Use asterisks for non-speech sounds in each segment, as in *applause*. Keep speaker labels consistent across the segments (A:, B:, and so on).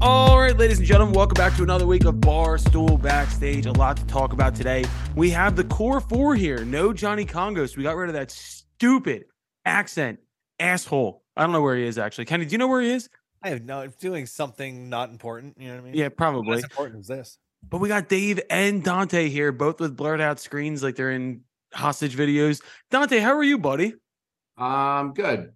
A: right, ladies and gentlemen, welcome back to another week of Barstool Backstage. A lot to talk about today. We have the core four here. No Johnny Congos. We got rid of that stupid accent asshole. I don't know where he is actually. Kenny, do you know where he is?
B: I have no doing something not important. You know what I mean?
A: Yeah, probably.
B: As important as this.
A: But we got Dave and Dante here, both with blurred out screens like they're in hostage videos. Dante, how are you, buddy?
C: Um, good.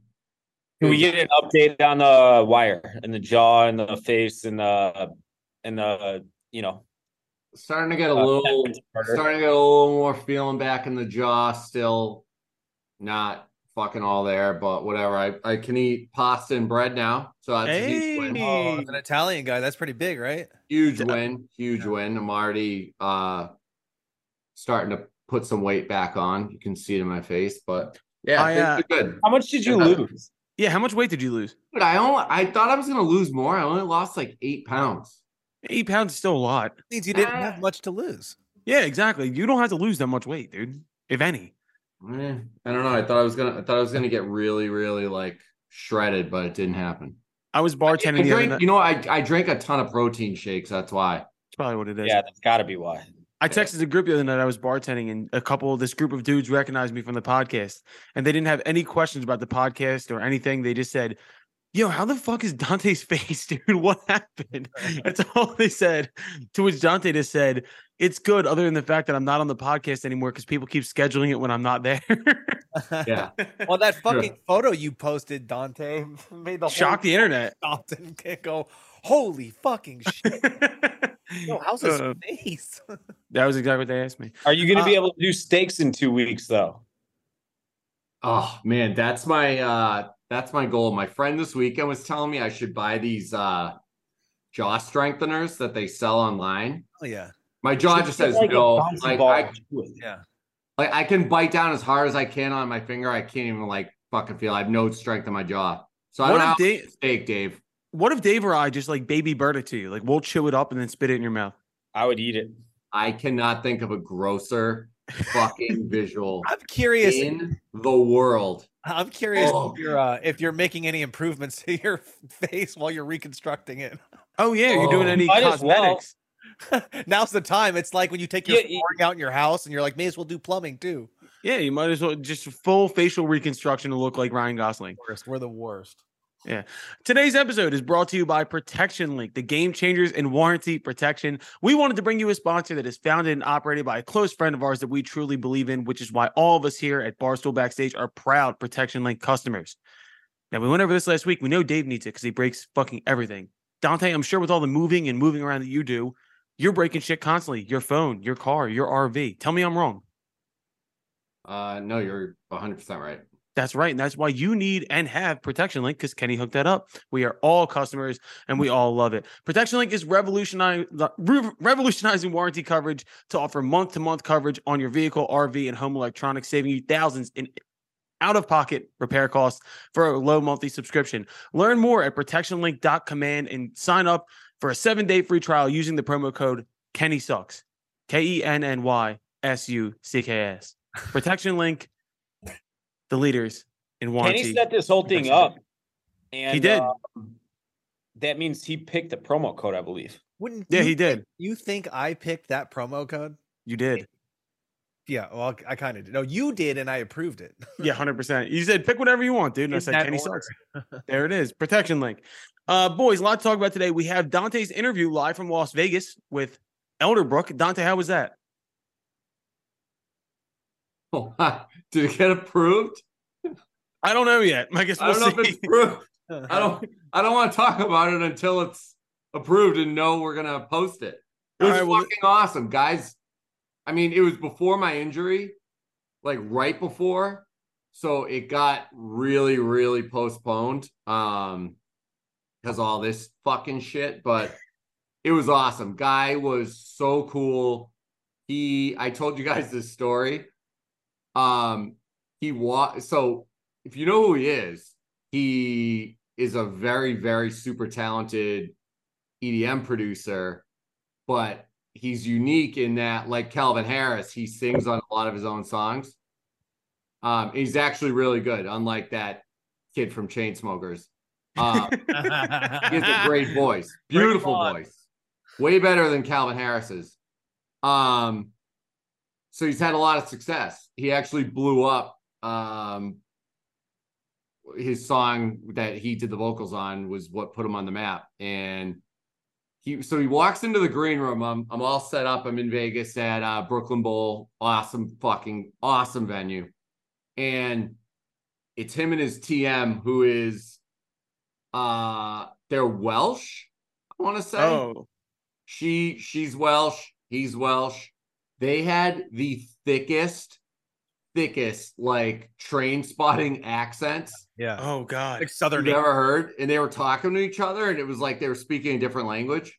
D: Can we get an update on the wire and the jaw and the face and the and the you know
C: Starting to get a
D: uh,
C: little,
D: murder?
C: starting to get a little more feeling back in the jaw. Still, not fucking all there, but whatever. I I can eat pasta and bread now, so that's a huge win.
A: Hey.
B: Oh, as an Italian guy, that's pretty big, right?
C: Huge
A: Yeah.
C: win, huge win. I'm already uh starting to put some weight back on. You can see it in my face, but yeah,
A: I,
C: things
A: uh,
C: are good.
D: How much did you
C: Yeah.
D: lose?
A: Yeah, how much weight did you lose?
C: But I only I thought I was gonna lose more. I only lost like eight pounds.
A: Eight pounds is still a lot.
B: Means you didn't have much to lose.
A: Yeah, exactly. You don't have to lose that much weight, dude, if any.
C: Eh, I don't know. I thought I was gonna. I thought I was gonna get really, really like shredded, but it didn't happen.
A: I was
C: I
A: bartending the other
C: drank,
A: night.
C: you know, I I drank a ton of protein shakes. That's why.
A: That's probably what it is.
D: Yeah, that's got to be why.
A: I texted the group the other night. I was bartending, and a couple of this group of dudes recognized me from the podcast, and they didn't have any questions about the podcast or anything. They just said, "Yo, how the fuck is Dante's *laughs* face, dude? What
D: *laughs*
A: happened?" That's all they said. To which Dante just said, "It's good, other than the fact that I'm not on the podcast anymore because people keep scheduling it when I'm not
D: *laughs*
A: there." *laughs*
C: Yeah.
B: *laughs* well, that fucking photo you posted, Dante, *laughs* made the
A: Shocked
B: *laughs*
A: the
D: *laughs*
A: internet.
B: whole Stompton kid go, holy fucking shit. Yo, how's his
A: Uh,
B: face? *laughs*
A: that was exactly what they asked me.
D: Are you going to
C: Uh,
D: be able to do steaks in two weeks though?
C: Oh man, that's my uh that's my goal. My friend this weekend was telling me I should buy these uh jaw strengtheners that they sell online.
B: oh yeah.
C: My jaw just says no. Like I,
B: Yeah.
C: like I can bite down as hard as I can on my finger. I can't even like fucking feel. I have no strength in my jaw. So I
A: What
C: don't
A: if
C: know.
A: Dave?
C: Steak, Dave.
A: What if Dave or I just like baby bird it to you? Like we'll chew it up and then spit it in your mouth.
D: I would eat it.
C: I cannot think of a grosser
A: *laughs*
C: fucking visual
B: I'm curious.
C: in the world.
B: I'm curious
C: Oh.
B: if you're uh, if you're making any improvements *laughs* to your face while you're reconstructing it.
A: Oh yeah, you're doing
C: Oh.
A: any
D: Might as well.
A: cosmetics?
B: Now's the time. It's like when you take your
D: Yeah, you-
B: flooring out in your house and you're like, may as well do plumbing too.
A: Yeah, you might as well just full facial reconstruction to look like Ryan Gosling.
B: Worst. We're the worst.
A: Today's episode is brought to you by Protection Link, the game changers in warranty protection. We wanted to bring you a sponsor that is founded and operated by a close friend of ours that we truly believe in, which is why all of us here at Barstool Backstage are proud Protection Link customers. Now, we went over this last week. We know Dave needs it because he breaks fucking everything. Dante, I'm sure with all the moving and moving around that you do, you're breaking shit constantly your phone, your car, your RV. Tell me I'm wrong.
C: Uh, no, you're 100% right.
A: That's right. And that's why you need and have Protection Link because Kenny hooked that up. We are all customers and we all love it. Protection Link is revolutionizing, revolutionizing warranty coverage to offer month to month coverage on your vehicle, RV, and home electronics, saving you thousands in out of pocket repair costs for a low monthly subscription. Learn more at protectionlink.command and sign up for a seven day free trial using the promo code Kenny Sucks. K E N N Y S U C K S. Protection Link, the leaders in
D: Kenny
A: warranty.
D: set this whole thing up, and
A: He did.
D: uh, that means he picked the promo code, I believe.
B: Wouldn't
A: Yeah,
B: you
A: he did.
B: You think I picked that promo code?
A: You did.
B: Yeah, well, I kind of did. No, you did, and I
A: *laughs*
B: approved it.
A: Yeah, hundred percent. You said pick whatever you want, dude. And I
B: In
A: said
B: that
A: Kenny
B: order.
A: sucks.
C: *laughs*
A: there it is. Protection link. Uh, boys, a lot to talk about today. We have Dante's interview live from Las Vegas with Elderbrook. Dante, how was that?
C: *laughs* Did it get approved?
A: I don't know yet. *laughs* I guess
C: I
A: we'll
C: don't know if
A: see.
C: it's approved.
A: *laughs*
C: I don't I don't want to talk about it until it's approved and know we're gonna post it. It
A: All
C: was
A: right, well,
C: fucking awesome, guys. I mean, it was before my injury, like right before. So it got really, really postponed. Um because all this fucking shit, but it was awesome. Guy was so cool. He I told you guys this story. Um he wa so if you know who he is, he is a very very super talented EDM E producer but he's unique in that like Calvin Harris he sings on a lot of his own songs um he's actually really good unlike that kid from Chainsmokers Uh, he
B: *laughs*
C: has a great voice, beautiful
B: on.
C: voice, way better than Calvin Harris's. Um, so he's had a lot of success. He actually blew up. Um, his song that he did the vocals on was what put him on the map, and he so he walks into the green room. I'm I'm all set up. I'm in Vegas at uh, Brooklyn Bowl. Awesome fucking awesome venue, and it's him and his TM who is uh they're Welsh. I want to say
A: Oh,
C: she she's Welsh, he's Welsh. They had the thickest, thickest like train spotting *laughs* accents
A: *laughs*
B: yeah,
A: oh God.
B: like Southern.
C: you've ever heard. And they were talking to each other, and it was like they were speaking a different language.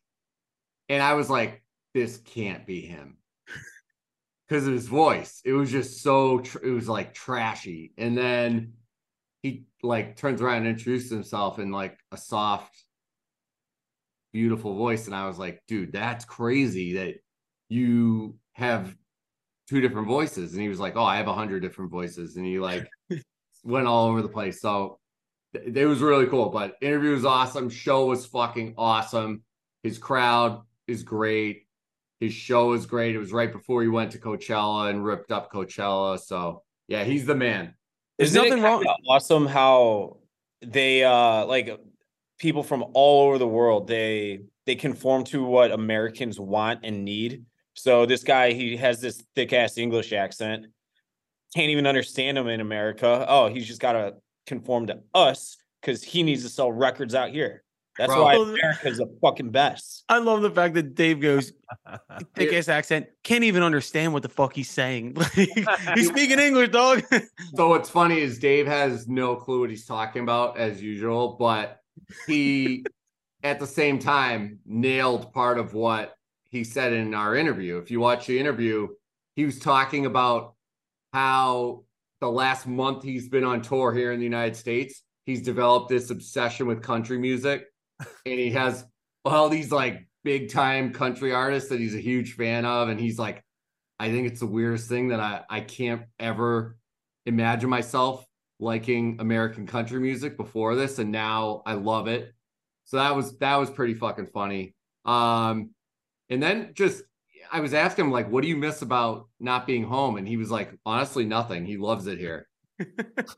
C: And I was like, this can't be him. *laughs* Because of his voice. It was just so tr- it was like trashy. And then he like turns around and introduces himself in like a soft, beautiful voice. And I was like, dude, that's crazy that you have two different voices. And he was like, Oh, I have a hundred different voices. And he like went all over the place. So th- it was really cool. But interview was awesome. Show was fucking awesome. His crowd is great. His show is great. It was right before he went to Coachella and ripped up Coachella. So yeah, he's the man.
A: There's
D: Isn't it
A: nothing wrong-
D: kinda Awesome how they uh like people from all over the world they they conform to what Americans want and need. So this guy he has this thick ass English accent. Can't even understand him in America. Oh, he's just got to conform to us because he needs to sell records out here. That's
C: Bro.
D: why
A: Well,
D: America's the fucking best.
A: I love the fact that Dave goes thick
C: *laughs* Yeah.
A: ass accent, can't even understand what the fuck he's saying. *laughs*
C: *laughs*
A: Like, he's speaking English, dog. *laughs*
C: So what's funny is Dave has no clue what he's talking about as usual, but he at the same time nailed part of what he said in our interview. If you watch the interview, he was talking about how the last month he's been on tour here in the United States, he's developed this obsession with country music and he has all these like big time country artists that he's a huge fan of and he's like I think it's the weirdest thing that I I can't ever imagine myself liking American country music before this, and now I love it. So that was that was pretty fucking funny. Um, and then just I was asking him like, what do you miss about not being home? And he was like, honestly, nothing. He loves it here.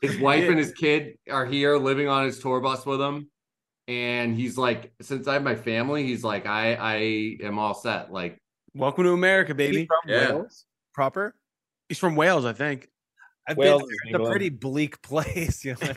C: His wife and his kid are here living on his tour bus with him. And he's like, since I have my family, he's like, I I am all set. Like,
A: Welcome to America,
B: He's
A: baby.
B: from
C: Yeah.
B: Wales proper.
A: He's from Wales, I think.
B: I've
D: Wales
B: been,
D: or
B: it's a
D: England.
B: pretty bleak place. *laughs* You know?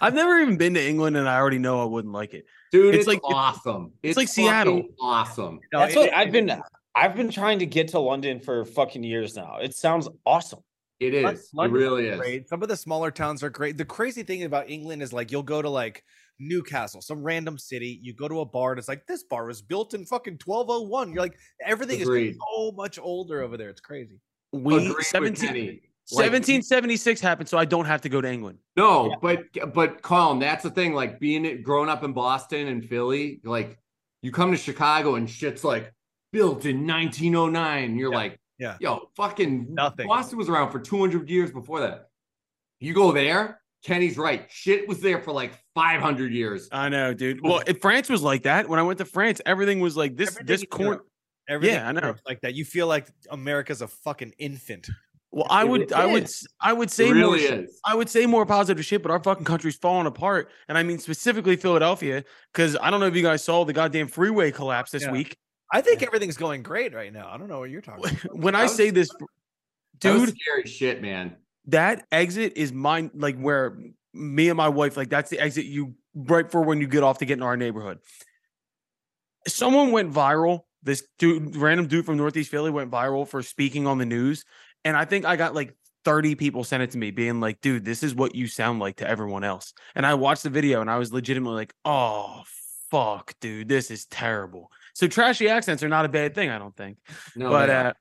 A: I've never even been to England, and I already know I wouldn't like it.
C: dude,
A: It's
C: it's,
A: like-
C: awesome. It's,
A: like Seattle.
C: fucking Awesome.
B: No,
D: That's
B: it-
D: what I've been. I've been trying to get to London for fucking years now. It sounds awesome.
C: It
B: Lon-
C: is. It
B: London's
C: really is.
B: great. Some of the smaller towns are great. The crazy thing about England is like you'll go to like Newcastle, some random city. You go to a bar and it's like this bar was built in fucking 1201. You're like everything
C: Agreed.
B: is so much older over there. It's crazy.
A: We
C: Agreed with
A: 17
C: Kenny. Like-
A: 1776 happened, so I don't have to go to England.
C: No, but but Colin, that's the thing. Like being it grown up in Boston and Philly, like you come to Chicago and shit's like built in 1909. You're
B: Yeah,
C: like,
B: yeah.
C: yo, fucking
B: Nothing.
C: Boston was around for 200 years before that. You go there, Kenny's right. Shit was there for like 500 years.
A: I know, dude. Well, if France was like that, when I went to France, everything was like this.
B: Everything
A: This
B: in
A: corn.
B: Europe- everything
A: Yeah,
B: in
A: I know.
B: Europe's like that. You feel like America's a fucking infant.
A: Well, I
D: It
A: would, I would,
D: is.
A: s- I would
C: It
A: say more.
C: really
A: shit-
C: is.
A: I would say more positive shit, but our fucking country's falling apart. And I mean specifically Philadelphia, because I don't know if you guys saw the goddamn freeway collapse this
B: Yeah.
A: week.
B: I think everything's going great right now. I don't know what
A: *laughs*
B: you're talking about.
A: When I
C: That was-
A: say this,
C: That was
A: dude,
C: scary shit, man.
A: that exit is mine like where me and my wife like that's the exit you right for when you get off to get in our neighborhood someone went viral this dude random dude from northeast philly went viral for speaking on the news and i think i got like 30 people sent it to me being like dude this is what you sound like to everyone else and i watched the video and i was legitimately like oh fuck dude this is terrible so trashy accents are not a bad thing i don't think
C: No,
A: but
C: Oh, man.
A: uh,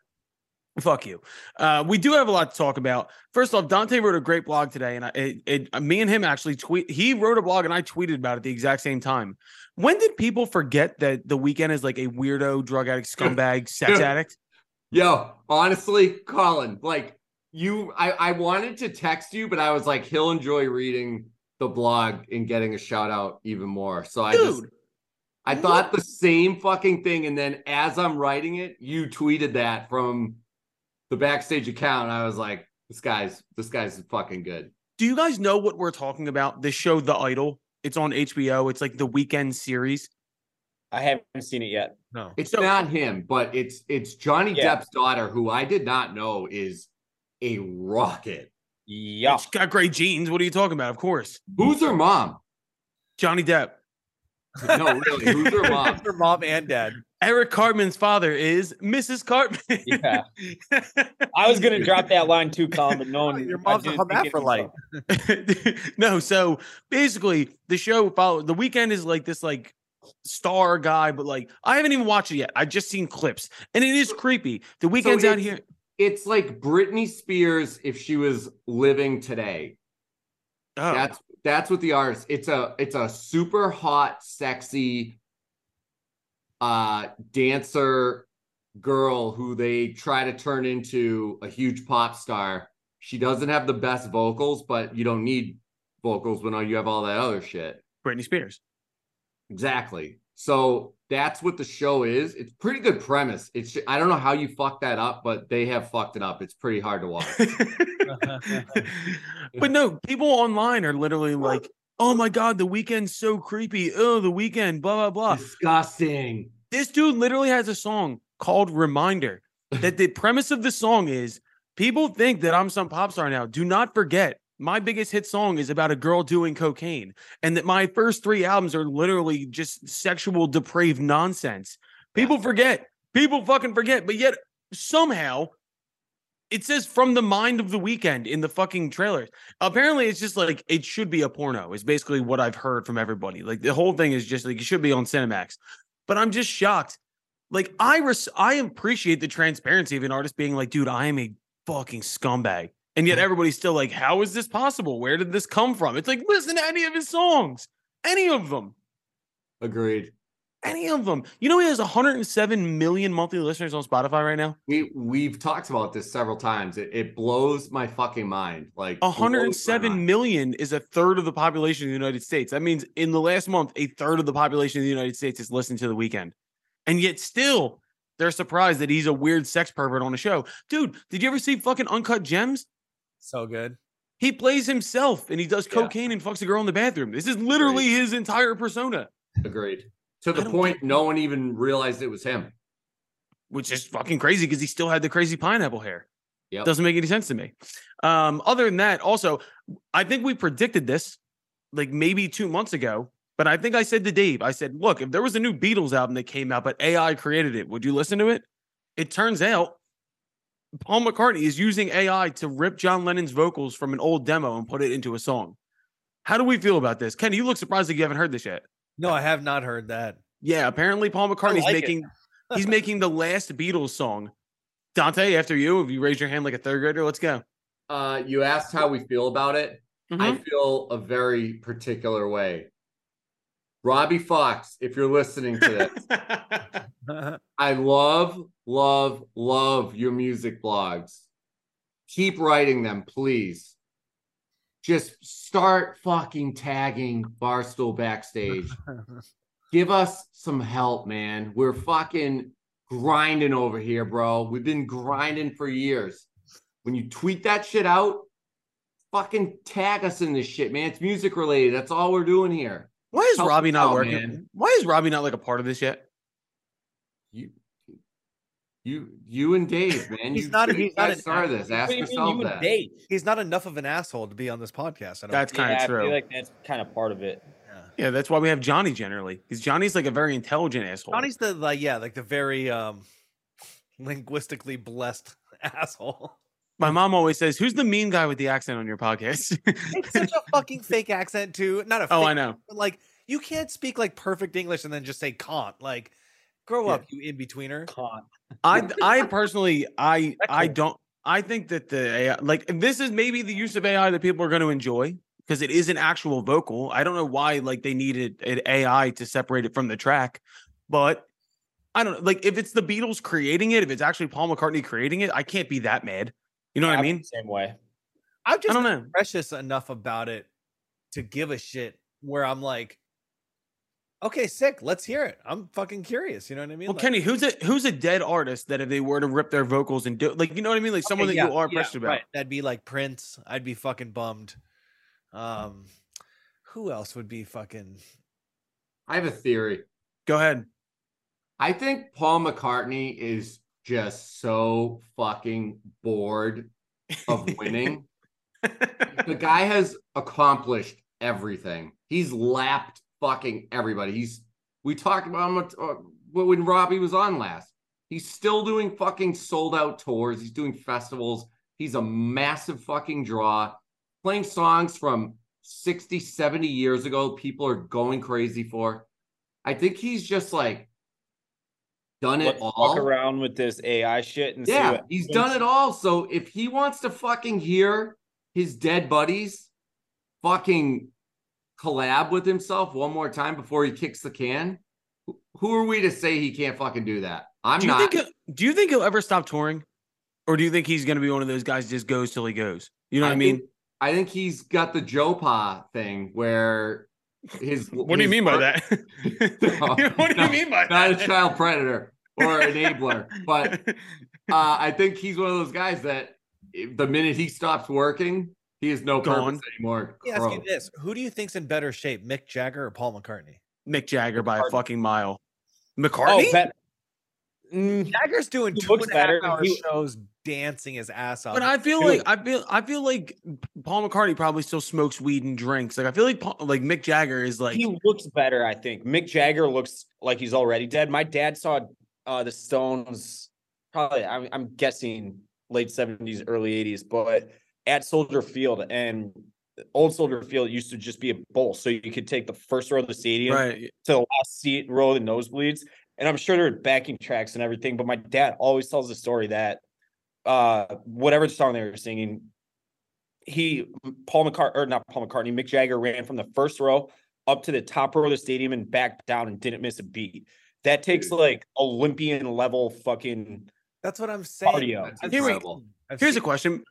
A: fuck you. Uh, we do have a lot to talk about. First off, Dante wrote a great blog today, and I, it, it, me and him actually tweet. He wrote a blog, and I tweeted about it the exact same time. When did people forget that the weekend is like a weirdo, drug addict, scumbag, sex
C: Dude.
A: addict?
C: Yo, honestly, Colin, like you, I, I wanted to text you, but I was like, he'll enjoy reading the blog and getting a shout out even more. So I just
A: Dude,
C: I thought the same fucking thing, and then as I'm writing it, you tweeted that from the backstage account. I was like, this guy's this guy's fucking good.
A: do you guys know what we're talking about? This show, The Idol. It's on HBO. It's like the weekend series.
D: I haven't seen it yet.
B: No.
C: It's
A: So-
C: not him, but it's it's Johnny
D: Yeah.
C: Depp's daughter, who I did not know is a rocket.
D: Yeah.
A: She's got great genes. What are you talking about? Of course.
C: Who's her mom?
A: Johnny Depp.
C: No, really, who's
A: *laughs*
B: *laughs*
C: her mom?
B: Her mom and dad.
A: Eric Cartman's father is Mrs. Cartman. *laughs*
D: Yeah. I was gonna drop that line too, Colin, but no one.
B: Your
D: I
B: mom's a
D: didn't think it was
B: hermaphrodite.
D: up.
A: *laughs* no, so basically the show follow the weekend is like this like star guy, but like I haven't even watched it yet. I've just seen clips and it is creepy. The weekend's out
C: it's-
A: here.
C: It's like Britney Spears if she was living today.
A: Oh,
C: That's that's what the artist. It's a it's a super hot, sexy uh dancer girl who they try to turn into a huge pop star. She doesn't have the best vocals, but you don't need vocals when all you have all that other shit.
A: Britney Spears. *laughs*
C: Exactly. So that's what the show is. It's pretty good premise. It's I don't know how you fucked that up, but they have fucked it up. It's pretty hard to watch.
A: but no, people online are literally like, oh my God, the weekend's so creepy. Oh, the weekend, blah, blah, blah.
C: Disgusting.
A: This dude literally has a song called Reminder that the premise of the song is people think that I'm some pop star now. Do not forget, my biggest hit song is about a girl doing cocaine, and that my first three albums are literally just sexual depraved nonsense. People forget. People fucking forget. But yet somehow it says from the mind of the weekend in the fucking trailer. Apparently, it's just like it should be a porno, is basically what I've heard from everybody. Like the whole thing is just like it should be on Cinemax. But I'm just shocked. Like I res- I appreciate the transparency of an artist being like, dude, I am a fucking scumbag. And yet everybody's still like, how is this possible? Where did this come from? It's like, listen to any of his songs, any of them
C: Agreed.
A: any of them. You know, he has 107 million monthly listeners on Spotify right now.
C: We we've talked about this several times. It, it blows my fucking mind. Like blows my
A: 107
C: mind.
A: million is a third of the population of the United States. That means in the last month, a third of the population of the United States has listened to The Weekend. And yet, still, they're surprised that he's a weird sex pervert on a show. Dude, did you ever see fucking Uncut Gems?
B: So good.
A: He plays himself and he does
D: Yeah.
A: cocaine and fucks a girl in the bathroom. This is literally his entire persona,
C: Agreed. To
A: I
C: the
A: don't
C: point, no one even realized it was him.
A: which is fucking crazy because he still had the crazy pineapple hair.
C: Yep.
A: Doesn't make any sense to me. Um, other than that, also, I think we predicted this like maybe two months ago, but I think I said to Dave, I said, look, if there was a new Beatles album that came out, but AI created it, would you listen to it? It turns out Paul McCartney is using AI to rip John Lennon's vocals from an old demo and put it into a song. How do we feel about this? Kenny, you look surprised that you haven't heard this yet.
B: No, I have not heard that.
A: *laughs* Yeah, apparently Paul McCartney's
D: like it. *laughs*
A: making he's making the last Beatles song. Dante, after you, if you raise your hand like a third grader, let's go.
C: Uh, you asked how we feel about it. I
A: Hmm?
C: feel a very particular way. Robbie Fox, if you're listening to this, I love, love, love your music blogs. Keep writing them, please. Just start fucking tagging Barstool
B: *laughs*
C: backstage. Give us some help, man. We're fucking grinding over here, bro. We've been grinding for years. When you tweet that shit out, fucking tag us in this shit, man. It's music related. That's all we're doing here.
A: Why is
C: Help
A: Robbie
C: us
A: not
C: out,
A: working?
C: man.
A: Why is Robbie not like a part of this yet?
C: You, you, you and Dave, man.
B: He's
C: you,
B: not-
C: you
B: he's not
C: guys
B: an
C: started
B: actor.
C: this.
D: What
C: Ask
D: do you mean
C: yourself
D: you would
C: that.
D: date?
B: *laughs* He's not enough of an asshole to be on this podcast. I don't
A: That's kind
D: Yeah,
A: of
D: I
A: true.
D: feel like that's kind of part of it.
B: yeah.
A: yeah, that's why we have Johnny generally because Johnny's like a very intelligent asshole.
B: Johnny's the like yeah, like the very um *laughs* linguistically blessed *laughs* asshole.
A: My mom always says, "Who's the mean guy with the accent on your
D: *laughs*
A: podcast?" *laughs*
B: It's such a fucking fake accent too. Not a fake,
A: oh, I know.
B: but like you can't speak like perfect English and then just say can't. Like grow
A: Yeah.
B: up, you in betweener.
D: Con.
B: *laughs*
A: I I personally I I
D: Excellent.
A: don't I think that the AI, like this is maybe the use of AI that people are going to enjoy because it is an actual vocal. I don't know why like they needed an AI to separate it from the track, but I don't know. Like if it's the Beatles creating it, if it's actually Paul McCartney creating it, I can't be that mad. You know what I
D: I'm
A: mean?
D: the Same way.
B: I'm
A: I
B: just
A: don't
B: not
A: know.
B: precious enough about it to give a shit where I'm like, okay, sick, let's hear it. I'm fucking curious. You know what I mean?
A: Well,
B: Like-
A: Kenny, who's a who's a dead artist that if they were to rip their vocals and do like you know what I mean, like someone that
B: Okay,
A: you
B: yeah,
A: are
B: yeah,
A: precious about.
B: right. That'd be like Prince. I'd be fucking bummed. Um, who else would be fucking?
C: I have a theory.
A: Go ahead.
C: I think Paul McCartney is just so fucking bored of winning.
B: *laughs*
C: the guy has accomplished everything. He's lapped fucking everybody. He's we talked about him uh, when Robbie was on last. He's still doing fucking sold out tours. He's doing festivals. He's a massive fucking draw. Playing songs from 60, 70 years ago people are going crazy for. I think he's just like done it
D: Let's
C: all.
D: walk around with this AI shit and see
C: Yeah,
D: what
C: he's
D: happens.
C: done it all. So if he wants to fucking hear his dead buddies fucking collab with himself one more time before he kicks the can, wh- who are we to say he can't fucking do that? I'm
A: do you
C: not.
A: think he'll- do you think he'll ever stop touring, or do you think he's going to be one of those guys just goes till he goes? You know what I, mean?
C: Think, I think he's got the Joe Pa thing where his.
A: *laughs* What do you
C: his
A: mean by
C: *laughs* fir- Oh,
A: that? *laughs*
C: *laughs*
A: what do
C: no,
A: you mean by
C: Not a
A: that?
C: child predator or enabler, but uh, I think he's one of those guys that if- the minute he stops working, he is no
A: Gone.
C: purpose anymore.
B: Let me ask you
C: Gross.
B: this: Who do you think's in better shape, Mick Jagger or Paul McCartney?
A: *laughs* Mick Jagger by a
D: McCartney.
A: fucking mile. McCartney.
D: Oh, bet- Mm,
B: Jagger's doing
D: He
B: two and
D: looks
B: a half
D: better.
B: hour
D: He-
B: shows, dancing his ass off.
A: But I feel
D: Dude.
A: like I feel I feel like Paul McCartney probably still smokes weed and drinks. Like I feel like Paul, like Mick Jagger is like
D: he looks better, I think. Mick Jagger looks like he's already dead. My dad saw uh, the Stones, probably I'm, I'm guessing late seventies, early eighties, but at Soldier Field and uh, old Soldier Field used to just be a bowl, so you could take the first row of the stadium
A: right.
D: to the last seat row of the nosebleeds. And I'm sure there were backing tracks and everything, but my dad always tells the story that uh whatever song they were singing, he Paul McCartney or not Paul McCartney, Mick Jagger ran from the first row up to the top row of the stadium and back down and didn't miss a beat. That takes like Olympian level fucking
B: That's what I'm saying.
D: cardio.
C: That's
B: I've
A: Here we-
C: incredible.
B: seen- I've
A: Here's a
B: seen-
A: question: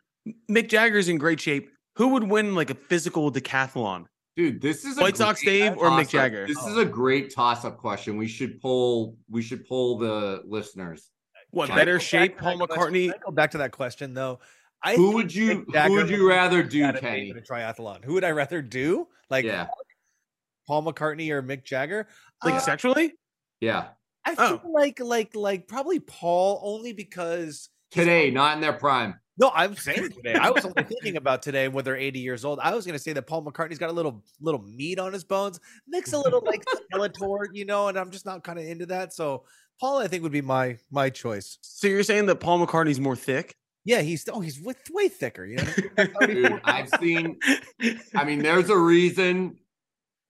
A: Mick Jagger's in great shape. Who would win like a physical decathlon?
C: Dude, this is a
A: White Sox
C: great
A: Dave or Mick
C: toss-up.
A: Jagger?
C: This is a great toss-up question. We should pull. We should pull the listeners.
A: What
C: Can I
B: Can I
A: better
B: go back
A: shape,
B: to
A: Paul
B: that question?
A: McCartney?
B: Can I go back to that question though. I
C: Who
B: think
C: would you?
B: Mick
C: Who
B: Jagger
C: would you
B: looks
C: rather do,
B: got it made
C: Kenny?
B: in a triathlon. Who would I rather do? Like
C: Yeah,
B: Paul McCartney or Mick Jagger?
A: Like
B: Uh,
A: sexually?
C: yeah.
B: I
A: Oh.
B: feel like like like probably Paul only because
C: Today, not in
B: *laughs*
C: their prime.
B: no, I'm saying today. I
A: *laughs*
B: was only thinking about today when they're 80 years old. I was gonna say that Paul McCartney's got a little little meat on his bones, mix a little like Skeletor, you know, and I'm just not kind of into that. So Paul, I think, would be my my choice.
A: So you're saying that Paul McCartney's more thick?
B: Yeah, he's oh he's with, way thicker, you know.
A: *laughs*
B: what I mean?
C: Dude, I've seen. I mean, there's a reason.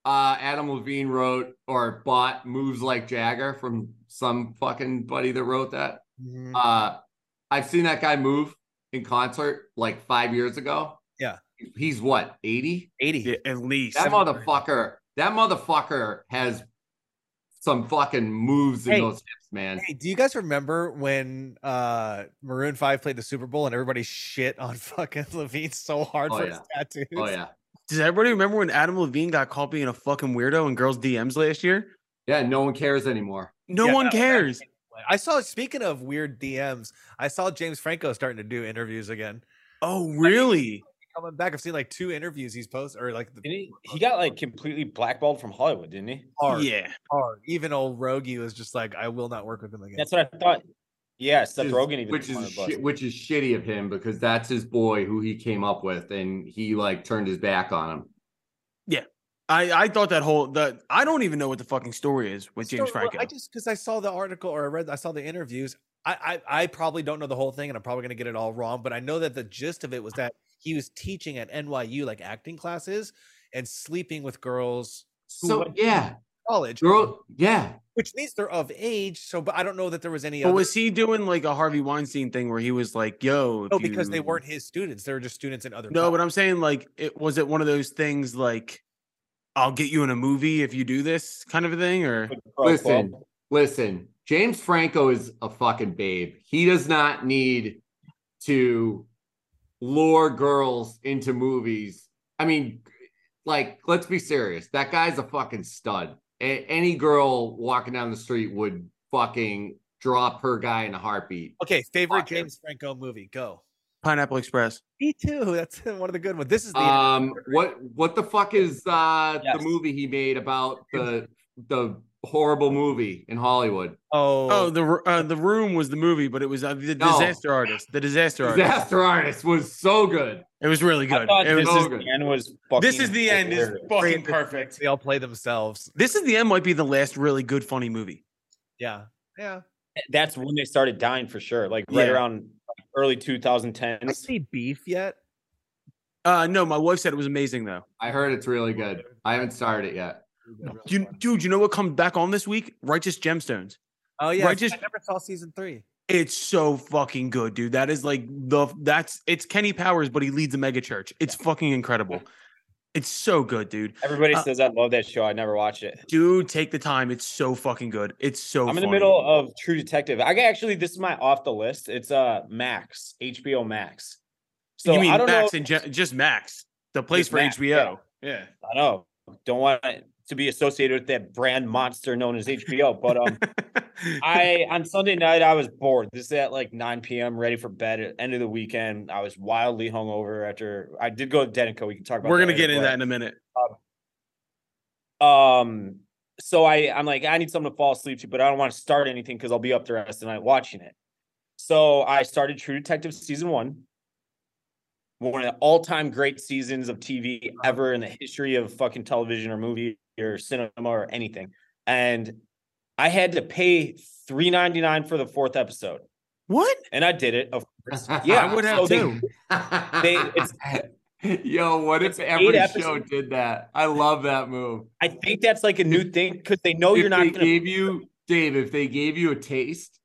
C: Uh, Adam Levine wrote or bought moves like Jagger from some fucking buddy that wrote that.
B: Mhm.
C: Uh, I've seen that guy move in concert like five years ago.
B: Yeah.
C: he's what eighty.
B: 80.
A: Yeah, at least
C: That motherfucker. That motherfucker has some fucking moves in
B: Hey.
C: those hips, man.
B: Hey, do you guys remember when uh Maroon 5 played the Super Bowl and everybody shit on *laughs* fucking Levine so hard
C: Oh,
B: for
C: yeah.
B: his tattoos?
C: Oh yeah,
A: Does everybody remember when Adam Levine got caught being a fucking weirdo in girls' DMs last year?
C: yeah. No one cares anymore.
A: No
B: Yeah,
A: one
B: that was actually-
A: cares.
B: I saw speaking of weird DMs, I saw James Franco starting to do interviews again.
A: Oh, really?
B: Coming back, I've seen like two interviews he's posted or like the
D: And he, he got like completely blackballed from Hollywood, didn't he?
B: hard,
A: Yeah.
B: hard. Even old Rogie was just like, I will not work with him again.
D: That's what I thought. Yeah,
C: Which
D: Seth
C: is-
D: Rogen even
C: which
D: threw him
C: is
D: under the bus.
C: shi- which is shitty of him because that's his boy who he came up with, and he like turned his back on him.
A: I, I thought that whole the I don't even know what the fucking story is with
B: So,
A: James
B: well,
A: Franco.
B: I just because I saw the article or I read I saw the interviews. I, I I probably don't know the whole thing and I'm probably gonna get it all wrong, but I know that the gist of it
A: *laughs*
B: was that he was teaching at NYU like acting classes and sleeping with girls Who
C: So
B: went-
C: yeah,
B: in college,
C: girl, yeah.
B: which means they're of age. So but I don't know that there was any
A: but
B: other
A: was he doing like a Harvey Weinstein thing where he was like, "Yo,"
B: no,
A: if
B: *laughs* because they
A: you-
B: weren't his students, they were just students in other
A: No, but I'm saying like, it was it one of those things like, "I'll get you in a movie if you do this" kind of a thing, or
D: With Pro
C: Listen,
D: 12.
C: listen. James Franco is a fucking babe. He does not need to lure girls into movies. I mean, Like, let's be serious. That guy's a fucking stud. A- any girl walking down the street would fucking drop her guy in a heartbeat.
B: Okay, favorite
C: Fuck it.
B: James Franco movie? Go.
A: Pineapple Express.
B: Me too. That's *laughs* one of the good ones. This is the
A: Uh,
C: Um, what what the fuck is uh
D: Yes.
C: the movie he made about the the horrible movie in Hollywood?
B: oh,
A: Oh, the Ro- uh, the room was the movie, but it was uh, the
C: No.
D: Oh.
A: disaster artist. The disaster artist.
C: Disaster Artist was so good.
A: It was really
D: I
A: good.
D: thought
A: It was
D: this
A: just,
D: is the end was fucking
A: this is the end is
D: hilarious.
A: fucking perfect.
B: they all play themselves.
A: This is the end might be the last really good funny movie.
B: Yeah, yeah.
D: That's when they started dying for sure. Like right
A: Yeah.
D: around early
B: I
D: 2010s.
B: see beef yet.
A: Uh, no, my wife said it was amazing though.
C: I heard it's really good. I haven't started it yet.
A: You, dude, you know what comes back on this week? Righteous Gemstones.
B: Oh yeah,
A: Right,
B: I
A: just-
B: never saw season three.
A: It's so fucking good, dude. That is like the that's it's Kenny Powers, but he leads a mega church. It's fucking incredible. It's so good, dude.
D: Everybody
A: Uh,
D: says I love that show. I never watch it.
A: Dude, take the time. It's so fucking good. It's so.
D: I'm in the
A: funny.
D: middle of True Detective. I got actually this is my off the list. It's uh Max HBO Max. So
A: you mean
D: I don't
A: Max
D: know.
A: and Je- just Max, the place
D: Just
A: for
D: Max,
A: HBO? yeah.
D: I know. Don't want to be associated with that brand monster known as HBO. But um,
A: *laughs*
D: I on Sunday night I was bored. This is at like 9 p.m. Ready for bed. At end of the weekend, I was wildly hungover after. I did go to Denico. We can talk about.
A: We're gonna
D: later,
A: get into
D: but-
A: that in a minute.
D: um so i i'm like i need something to fall asleep to but i don't want to start anything because i'll be up the rest of the night watching it so i started true detective season one one of the all-time great seasons of tv ever in the history of fucking television or movie or cinema or anything and i had to pay 3.99 for the fourth episode
A: What?
D: and i did it of
A: *laughs*
D: course yeah
A: I would have
B: Oh,
D: so they-
A: too.
D: they-
C: *laughs*
D: it's-
C: Yo, what if
D: it's
C: every
D: eight
C: show
D: episodes.
C: did that? I love that move.
D: i think that's like a new thing because they know
C: if
D: Oh, you're not
C: they
D: gonna
C: gave you Dave, if they gave you a taste,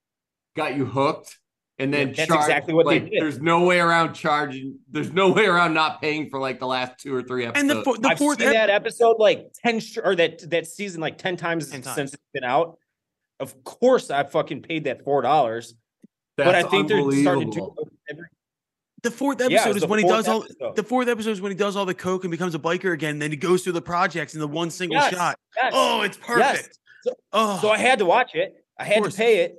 C: got you hooked, and then
D: Yeah, that's
C: charged-
D: exactly what they
C: like,
D: did.
C: There's no way around charging. There's no way around not paying for like the last two or three episodes.
A: And the fo- the
D: I've
A: fourth
D: seen that episode like ten str- or that that season like ten times
A: 10 times.
D: since it's been out. Of course, I fucking paid that four dollars,
C: That's
D: but I think they're starting to.
C: unbelievable.
D: every-
A: The fourth
D: yeah, it
A: episode
D: was
A: is
D: the
A: when he
D: fourth
A: does all
D: episode.
A: the fourth episode is when he does all the coke and becomes a biker again. Then he goes through the projects in the one single
D: Yes,
A: shot.
D: yes.
A: Oh, it's perfect.
D: So-
A: oh,
D: So I had to watch it. I had to
A: course.
D: pay it.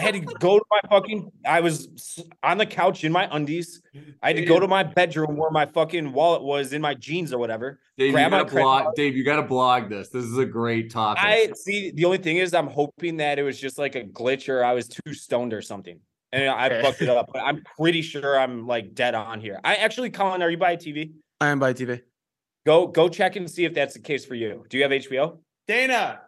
A: *laughs*
D: had to go to my fucking. I was s- on the couch in my undies. I had to go to my bedroom where my fucking wallet was in my jeans or whatever.
C: Dave, you
D: grab my
C: gotta
D: credit
C: blog.
D: card.
C: Dave, you gotta blog this. This is a great topic.
D: I see. The only thing is, I'm hoping that it was just like a glitch or I was too stoned or something, and I
A: Okay.
D: fucked it up. But I'm pretty sure I'm like dead on here. I actually, Colin, are you by TV?
A: I am by TV.
D: Go go check and see if that's the case for you. Do you have HBO?
A: Dana,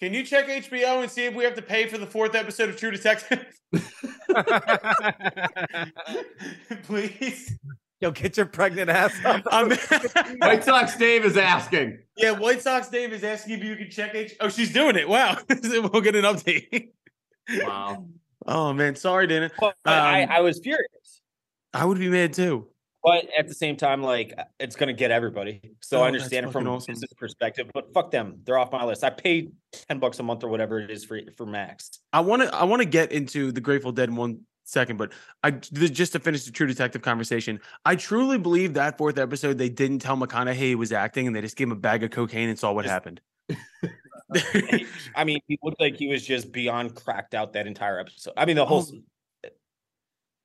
A: can you check HBO and see if we have to pay for the fourth episode of True Detective? *laughs* *laughs* Please.
B: *laughs* Yo, get your pregnant ass up.
C: White Sox Dave is
D: *laughs*
C: asking.
A: *laughs* yeah, White Sox Dave is asking if you can check H. Oh, she's doing it. Wow. *laughs* we'll get an update.
C: Wow.
A: Oh man, sorry, Dana.
D: But I,
A: Um,
D: I was furious,
A: I would be mad too.
D: but at the same time, like it's gonna get everybody. So
A: Oh,
D: I
A: that's
D: understand it from
A: fucking
D: a
A: awesome.
D: business perspective. But fuck them, they're off my list. I paid ten bucks a month or whatever it is for for Max.
A: I want to I want to get into the Grateful Dead in one second, but I th- just to finish the True Detective conversation, I truly believe that fourth episode they didn't tell McConaughey he was acting, and they just gave him a bag of cocaine and saw what
D: Just-
A: happened.
D: He- *laughs* I mean, he looked like he was just beyond cracked out that entire episode. I mean, the
A: Oh.
D: whole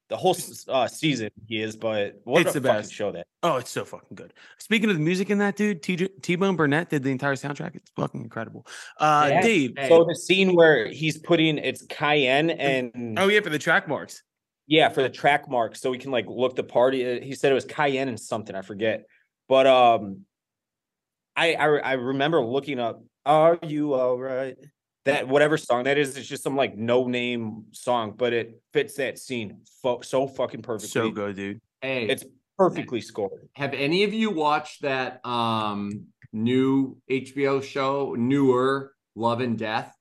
D: the whole s- uh, season he is, but what
A: It's
D: a
A: the
D: fucking
A: best.
D: show that.
A: oh, it's so fucking good. Speaking of the music in that dude, T- T-Bone Burnett did the entire soundtrack. It's fucking incredible. Uh,
D: Yeah.
A: Dave.
C: Hey,
D: So the scene where he's putting it's cayenne and
A: Oh yeah, for the track marks.
D: yeah for the track mark, so we can like look the party. uh, He said it was cayenne and something I forget, but um, I I, re- I remember looking up. Are you all right? That whatever song that is, it's just some like no name song, but it fits that scene fo- so fucking perfectly.
A: So good, dude.
C: hey,
D: It's perfectly scored.
C: have any of you watched that um new HBO show, newer Love and Death?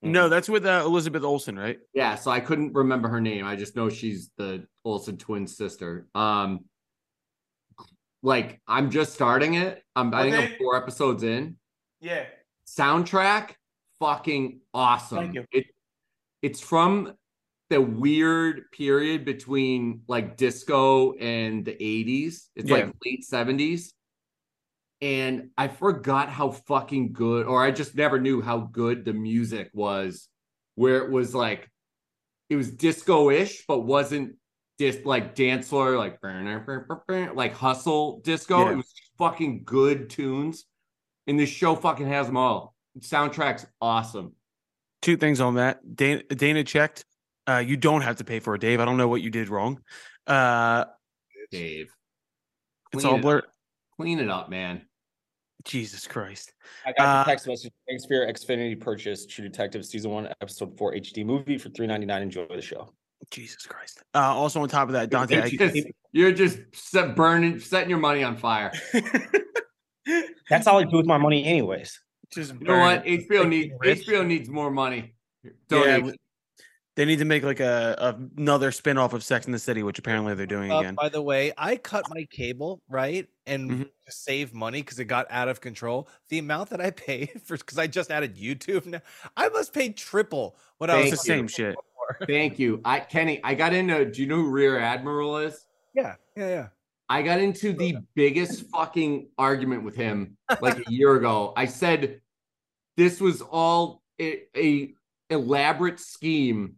A: No, that's with uh, Elizabeth Olsen, right?
C: Yeah, so I couldn't remember her name. I just know she's the Olsen twin sister. Um, like I'm just starting it. I'm I think
A: Okay.
C: I'm four episodes in.
A: Yeah.
C: Soundtrack, fucking awesome.
A: Thank you.
C: It it's from the weird period between like disco and the 80s. It's
A: Yeah.
C: like late 70s. and I forgot how fucking good, or I just never knew how good the music was, where it was like it was disco-ish, but wasn't just like dance floor, like "Burr, burr, burr, burr," like hustle disco.
A: Yeah.
C: It was fucking good tunes. And this show fucking has them all. Soundtrack's awesome.
A: Two things on that. Dana, Dana checked. Uh, you don't have to pay for it, Dave. I don't know what you did wrong. Uh,
C: Dave.
A: it's
C: Clean
A: all
C: it
A: blur.
C: up. Clean it up, man.
A: Jesus Christ.
D: I got
A: Uh,
D: the text message. Thanks for your Xfinity purchase. True Detective season one, episode four HD movie for three ninety nine. Enjoy the show.
A: Jesus Christ. Uh, also on top of that, Dante.
C: You're
A: I,
C: just, you're just set burning, setting your money on fire.
D: *laughs* That's all I do with my money, anyways.
C: You know what?
B: Burn it.
C: HBO needs
B: Rich.
C: HBO needs more money.
A: yeah,
C: Donate.
A: we- they need to make like a, a- another spin off of Sex in the City, which apparently they're doing
B: Uh,
A: again.
B: by the way, I cut my cable right and
A: Mhm.
B: to save money because it got out of control. The amount that I pay *laughs* for because I just added YouTube now, I must pay triple what I
A: It's
B: was
A: the same
B: paying
A: shit.
B: before.
C: Thank you. I Kenny, I got into do you know who Rear Admiral is?
B: yeah, yeah, yeah.
C: I got into the biggest fucking argument with him like a year ago. I said this was all a, a elaborate scheme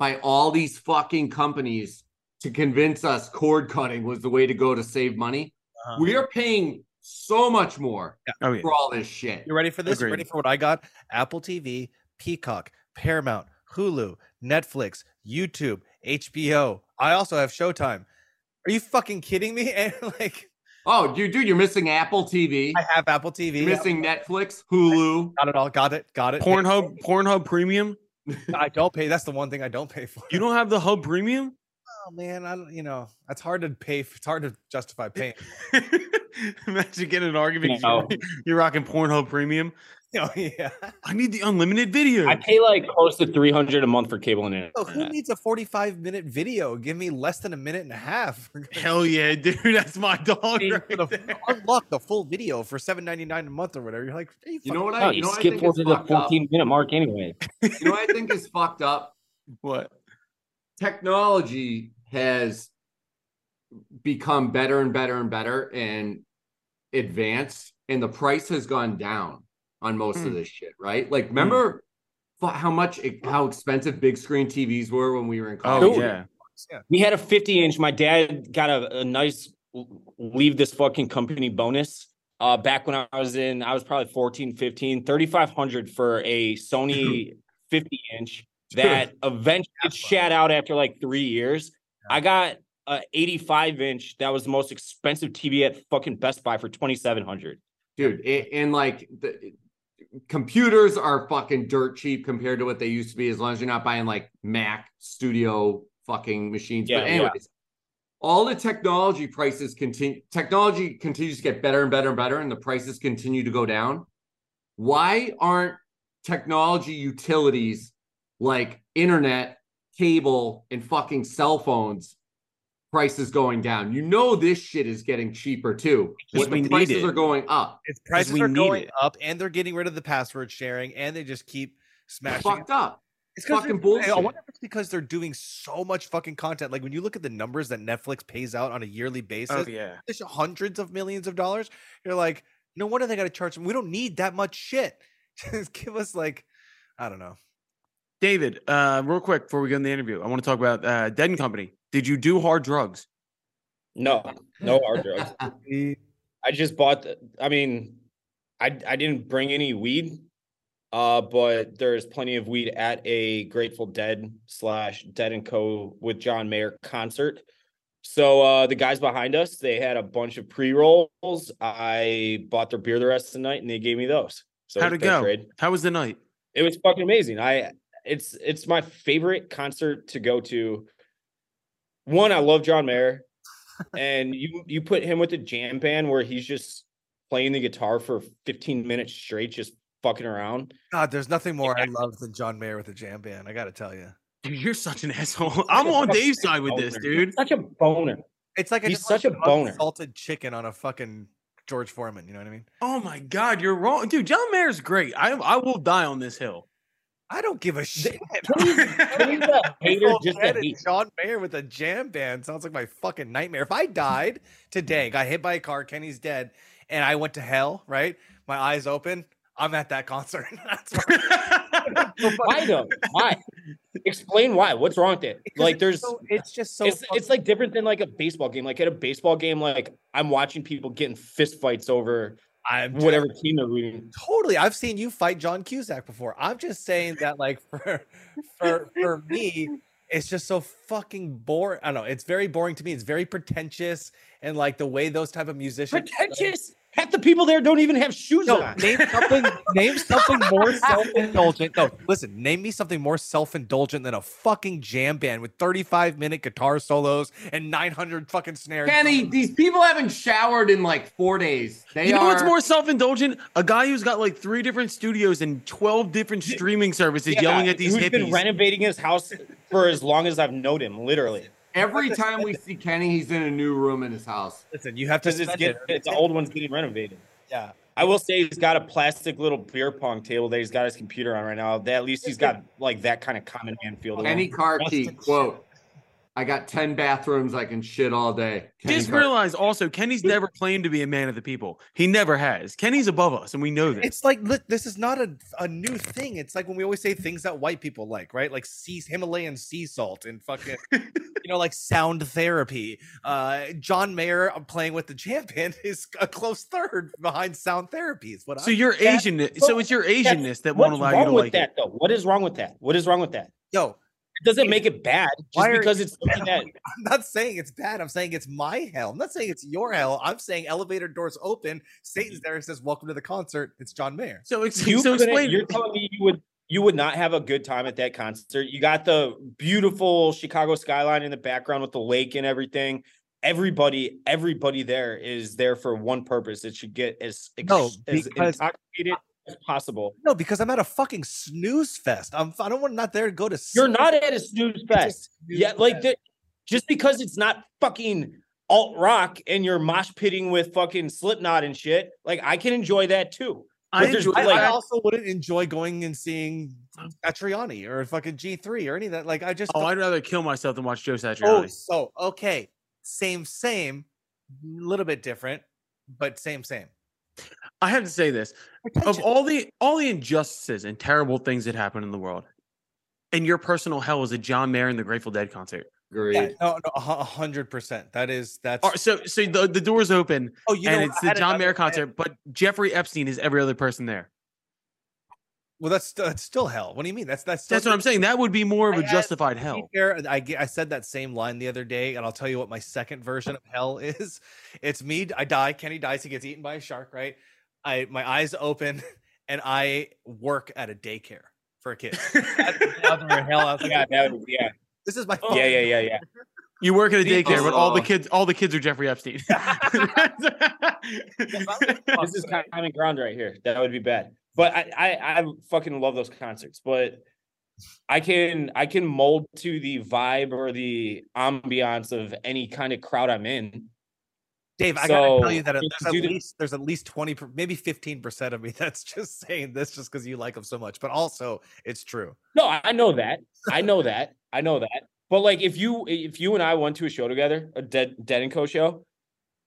C: by all these fucking companies to convince us cord cutting was the way to go to save money.
B: Uh-huh.
C: We are paying so much more
A: Oh, yeah.
C: for all this shit.
B: You ready for this? You ready
A: Agreed.
B: for what I got? Apple TV, Peacock, Paramount, Hulu, Netflix, YouTube, HBO. I also have Showtime. Are you fucking kidding me? *laughs* And like,
C: Oh, dude, dude, you're missing Apple TV.
B: I have Apple TV.
C: You're missing Netflix, Hulu.
B: Got it all. Got it. Got it.
A: Pornhub, Pornhub Premium.
B: *laughs* I don't pay. That's the one thing I don't pay for.
A: You don't have the Hub Premium? *laughs*
B: Oh man, I don't. You know, it's hard to pay. f- It's hard to justify paying. *laughs*
A: Imagine getting an argument. 'cause You're, you're rocking Pornhub Premium.
B: You know, yeah.
A: I need the unlimited video.
D: I pay like close to three hundred a month for cable and
B: So
C: Oh,
B: who *laughs*
D: internet.
B: needs a forty-five minute video? Give me less than a minute and a half. *laughs* We're gonna
A: Hell yeah, dude. *laughs* That's my dog.
B: pay
A: Right
B: for the-
A: there.
B: unlock the full video for seven ninety-nine a month or whatever. You're like, are you
C: You know
B: fucking-
C: what I?
D: No,
C: you
D: you
C: know what I
D: skip
C: think is
D: forward to the
C: fucked up?
D: fourteen minute mark anyway.
C: You know what I think is fucked up.
A: *laughs* What?
C: technology has become better and better and better and advanced and the price has gone down on most of
A: Hmm.
C: this shit right like remember fu- how much how expensive big screen tvs were when we were in college
A: Oh,
D: Dude.
A: yeah.
B: Yeah.
D: We had a fifty inch. My dad got a, a nice leave this fucking company bonus. Uh, back when I was in, I was probably 14, 15, 3500 for a Sony 50 inch that eventually
B: That's fun.
D: shat out after like three years. I got a 85 inch that was the most expensive TV at fucking Best Buy for 2700.
C: dude a- and like the computers are fucking dirt cheap compared to what they used to be as long as you're not buying like mac studio fucking machines
D: Yeah,
C: but
D: yeah.
C: anyways all the technology prices continue technology continues to get better and better and better and the prices continue to go down why aren't technology utilities like internet cable and fucking cell phones prices going down you know this shit is getting cheaper too
A: Because
C: but
A: we
C: the
A: need
C: prices
A: it.
C: are going up
B: It's prices
A: we
B: are
A: need
B: going
A: it.
B: up, and they're getting rid of the password sharing, and they just keep smashing. it.
C: fucked up
B: It's 'cause they're-
C: fucking bullshit.
B: I wonder if it's because they're doing so much fucking content. Like when you look at the numbers that Netflix pays out on a yearly basis,
A: Oh, yeah.
B: there's hundreds of millions of dollars. You're like, no wonder they got to charge them. We don't need that much shit. *laughs* Just give us like, I don't know.
A: David, uh, real quick before we go in the interview, I want to talk about uh, Dead and Company. Did you do hard drugs?
D: No, no hard drugs. I just bought. The, I mean, I I didn't bring any weed, uh, but there's plenty of weed at a Grateful Dead slash Dead and Co with John Mayer concert. So uh, the guys behind us, they had a bunch of pre rolls. I bought their beer the rest of the night, and they gave me those. So
A: How'd
D: was
A: it
D: fair
A: go? How was the night?
D: it was fucking amazing. I it's it's my favorite concert to go to. One, I love John Mayer,
B: *laughs*
D: and you you put him with a jam band where he's just playing the guitar for 15 minutes straight, just fucking around.
B: God, there's nothing more I love than John Mayer with a jam band. I got to tell you,
A: Dude, you're such an *laughs* asshole. I'm on *laughs* Dave's side with this, dude.
D: Such a boner.
B: it's like I
D: He's
B: just wanna
D: such a
B: put
D: boner.
B: unsalted chicken on a fucking George Foreman. You know what I mean?
A: Oh my God, you're wrong, dude. John Mayer's great. I I will die on this hill.
B: I don't give a shit. *laughs*
D: He's a hater
B: Go
D: just to
B: ahead and
D: hate.
B: John Mayer with a jam band sounds like my fucking nightmare. If I died today, got hit by a car, Kenny's dead, and I went to hell, right? My eyes open. I'm at that concert. *laughs* That's why *laughs*
D: Why though? Why? Explain why. What's wrong with it? *laughs* Like, there's
B: so, it's just so
D: it's it's like different than like a baseball game. Like at a baseball game, like I'm watching people getting fist fights over
B: I'm
D: whatever team they're rooting.
B: Totally. I've seen you fight John Cusack before. I'm just saying that like *laughs* for for for me, it's just so fucking boring. I don't know. It's very boring to me. It's very pretentious and like the way those type of musicians
D: Pretentious. Half the people there don't even have shoes
B: No,
D: on.
B: name something name something more self-indulgent. No, listen, name me something more self-indulgent than a fucking jam band with 35 minute guitar solos and 900 fucking snares.
C: Kenny, these people haven't showered in like four days. They
A: you know
C: are
A: what's more self-indulgent? A guy who's got like three different studios and twelve different streaming services
D: Yeah,
A: yelling at these
D: who's been
A: hippies.
D: renovating his house for as long as I've known him, literally.
C: every time we see Kenny, he's in a new room in his house.
B: Listen, you have to
D: Because it's
B: spend
D: get,
B: it.
D: the old one's getting renovated.
B: Yeah.
D: I will say he's got a plastic little beer pong table that he's got his computer on right now. That at least he's got like that kind of common man
A: Oh,
D: feel. to
C: Kenny
D: him.
C: Carkey,
D: That's-
C: quote, I got 10 bathrooms I can shit all day. Kenny
A: Just
C: Car-
A: realize also Kenny's never claimed to be a man of the people. He never has. Kenny's above us, and we know this.
B: It's like look, this is not a, a new thing. It's like when we always say things that white people like, right? Like sea Himalayan sea salt and fucking you know, like sound therapy. Uh John Mayer playing with the jam band is a close third behind sound therapy, is what
A: So
B: I'm
A: your
D: That-
A: Asian, so it's your Asianness that won't
D: What's
A: allow you
D: wrong
A: to
D: with
A: like
D: that
A: it.
D: though? What is wrong with that? What is wrong with that?
B: yo.
D: It doesn't make it bad
B: Why
D: just
B: are
D: because it's something that
B: I'm not saying it's bad. I'm saying it's my hell. I'm not saying it's your hell. I'm saying elevator doors open. Satan's there. He says, "Welcome to the concert." It's John Mayer.
A: So, ex-
D: you
A: so
D: couldn't-
A: explain.
D: You're telling me you would you would not have a good time at that concert. You got the beautiful Chicago skyline in the background with the lake and everything. Everybody, everybody there is there for one purpose. It should get as ex-
B: No,
D: as
B: because-
D: intoxicated as possible.
B: No, because I'm at a fucking snooze fest. I'm. I don't want not there to go to.
D: You're
B: sleep.
D: not at a snooze fest.
B: snooze
D: Yeah, like
B: fest.
D: the, just because it's not fucking alt rock and you're mosh pitting with fucking Slipknot and shit, like I can enjoy that too.
A: I
D: but there's
A: enjoy,
B: I,
D: like-
B: I also wouldn't enjoy going and seeing Satriani or fucking G3 or any of that. Like I just
A: oh,
B: don't-
A: I'd rather kill myself than watch Joe Satriani.
B: oh so okay. Same, same, little bit different, but same, same.
D: Oh.
A: I have to say this: of
B: Pretentious.
A: all the all the injustices and terrible things that happen in the world, and your personal hell is a John Mayer and the Grateful Dead concert.
C: Agreed.
B: yeah, no, no, a hu- a hundred percent. That is that's
A: All right, so, so the, the doors open,
B: oh, you
A: and
B: what?
A: it's
B: I
A: the
B: had
A: John Mayer
B: another- I had-
A: concert, but Jeffrey Epstein is every other person there.
B: Well, that's that's still hell. What do you mean? That's that's still
A: That's what I'm saying. That would be more of
B: I
A: a
B: had-
A: justified
B: To be
A: hell.
B: fair, I ge- I said that same line the other day, and I'll tell you what my second version of hell *laughs* is. It's me. I die. Kenny dies. He gets eaten by a shark. Right. I my eyes open, *laughs* and I work at a daycare for a *laughs* kid. That's another hell. *laughs* I was like,
D: yeah, that would- yeah,
B: this is my
D: yeah,
B: fucking-
D: yeah, yeah, yeah.
A: You work at a daycare, but all the
B: *laughs*
C: Oh.
A: kids all the kids are Jeffrey Epstein. *laughs*
D: this is common ground right here. That would be bad. But I, I, I fucking love those concerts. But I can, I can mold to the vibe or the ambiance of any kind of crowd I'm in.
B: Dave, I gotta
D: So,
B: tell you that
D: just
B: there's at
D: do the-
B: least there's at least twenty, per- maybe fifteen percent of me *laughs* that's just saying this just because you like them so much, but also it's true.
D: No, I I know that. I know that. I know that. But like, if you, if you and I went to a show together, a Dead, Dead and Co show,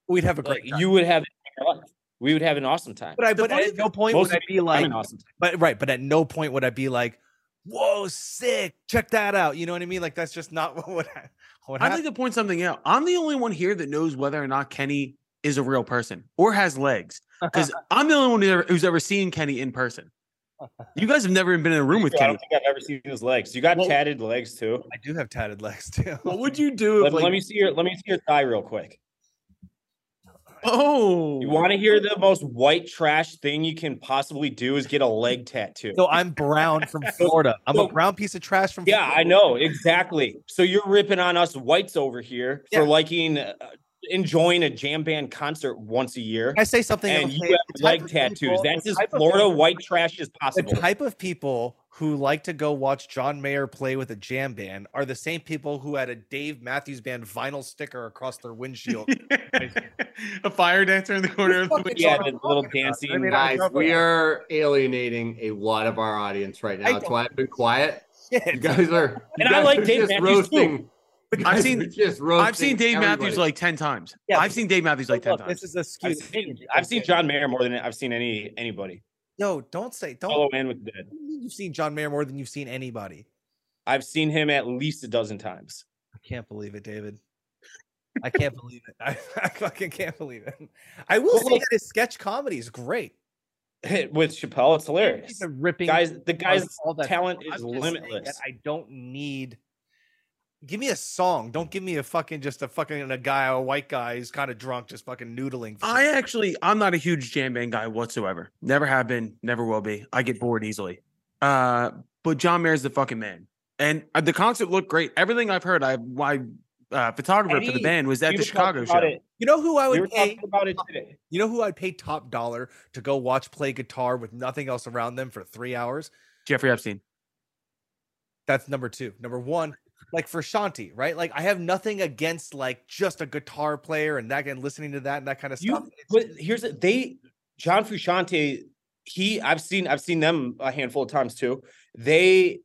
B: We'd have a great
D: like
B: time.
D: you would have, we would have an awesome time.
B: But I,
A: The
B: but
A: funny
B: at no point
D: Most
B: would I
D: of
B: be
D: I'm
B: like,
D: an awesome time.
B: but right, but at no point would I be like, "Whoa, sick! Check that out." You know what I mean? Like that's just not *laughs* what what, I- what
A: I'd like
B: happened.
A: to point something out. I'm the only one here that knows whether or not Kenny is a real person or has
B: *laughs*
A: legs. Because I'm the only one who's ever, who's ever seen Kenny in person. You guys have never even been in a room with
D: I don't
A: Kenny.
D: think I've ever seen his legs. You got
A: Well-
D: tatted legs too.
B: I do have tatted legs *laughs* too.
A: What would you do
D: Let,
A: if like,
D: let me see your, let me see your thigh real quick.
A: oh
D: You want to hear the most white trash thing you can possibly do is get a leg tattoo.
B: So I'm brown from Florida. I'm a
D: so-
B: brown piece of trash from.
D: yeah,
B: Florida.
D: I know exactly. So you're ripping on us whites over here
B: Yeah.
D: for liking uh, enjoying a jam band concert once a year,
B: Can I say something.
D: and
B: else,
D: you
B: Dave?
D: have
B: The type
D: leg
B: of
D: tattoos.
B: people-
D: That's
B: the
D: as
B: type of
D: Florida
B: people-
D: white trash as
B: The
D: possible.
B: type of people who like to go watch John Mayer play with a jam band are the same people who had a Dave Matthews Band vinyl sticker across their windshield.
A: a fire dancer in the corner of the
B: Fucking
D: yeah,
B: what
D: the
B: I'm
D: little
B: talking about.
D: dancing
B: I mean, I-
C: Guys, we are alienating a lot of our audience right now. That's why I've been quiet. You
B: Shit.
C: guys are. you
D: And I
C: guys
D: like
C: are
D: Dave
C: just
D: Matthews, too.
C: roasting.
A: I've seen-
C: You're just
A: I've seen
C: roasting
A: Dave
C: everybody.
A: Matthews like ten times.
B: Yeah,
A: I've seen Dave Matthews like ten
B: Look,
A: times.
B: This is a
D: I've
B: skewed.
D: seen, I've seen John Mayer more than I've seen any anybody.
B: No, don't say don't.
D: Follow in with the dead.
B: What do you mean You've seen John Mayer more than you've seen anybody.
D: I've seen him at least a dozen times. *laughs*
B: I can't believe it, David. *laughs* I can't believe it. I, I fucking can't believe it. I will
D: Well,
B: say
D: like-
B: that his sketch comedy is great.
D: with Chappelle, it's hilarious.
B: He's a ripping
D: Guys, the
B: of
D: guy's
B: all that
D: talent
B: I'm
D: is
B: just saying that
D: limitless.
B: I don't need. Give me a song. Don't give me a fucking just a fucking a guy, a white guy who's kind of drunk, just fucking noodling. for six-
A: I actually, I'm not a huge jam band guy whatsoever. Never have been, never will be. I get bored easily. Uh, but John Mayer's the fucking man, and uh, the concert looked great. Everything I've heard, I my uh, photographer for the
D: Eddie,
A: band was at
D: We
A: the
D: were
A: Chicago
D: talking
A: show.
D: about it-
B: you know who I
D: We
B: would
D: were
B: pay.
D: talking about it today.
B: You know who I'd pay top dollar to go watch play guitar with nothing else around them for three hours?
A: Jeffrey Epstein.
B: That's number two. Number one, like for Shanti, right? Like I have nothing against like just a guitar player and that and listening to that and that kind of stuff.
D: You, but here's the they John Frusciante. He I've seen I've seen them a handful of times too. They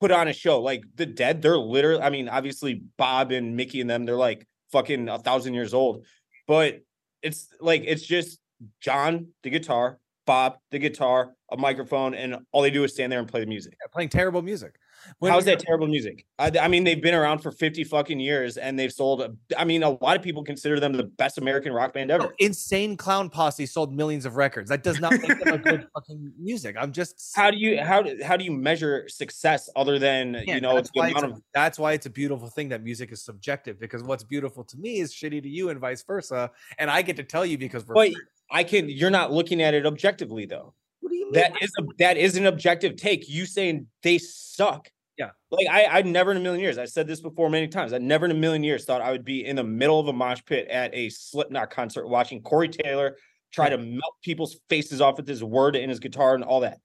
D: put on a show like the dead. They're literally. I mean, obviously Bob and Mickey and them. They're like fucking a thousand years old, but it's like it's just John the guitar, Bob the guitar, a microphone, and all they do is stand there and play the music.
B: They're playing terrible music. When
D: How's
B: you're-
D: that terrible music? I, I mean, they've been around for 50 fucking years and they've sold. I mean, a lot of people consider them the best American rock band
B: No,
D: ever.
B: insane clown posse sold millions of records. That does not make them a
D: *laughs*
B: good fucking music. I'm just
D: How do you how do how do you measure success other than you
B: saying,
D: know
B: that's
D: the
B: why, it's,
D: amount of
B: that's why it's a beautiful thing that music is subjective because what's beautiful to me is shitty to you and vice versa. And I get to tell you because we're
D: but
B: friends.
D: I can you're not looking at it objectively though.
B: what do you mean?
D: That is a that is an objective take. You saying they suck.
B: Yeah.
D: Like I I never in a million years, I said this before many times. I never in a million years thought I would be in the middle of a mosh pit at a Slipknot concert watching Corey Taylor try to melt people's faces off with his word and his guitar and all that.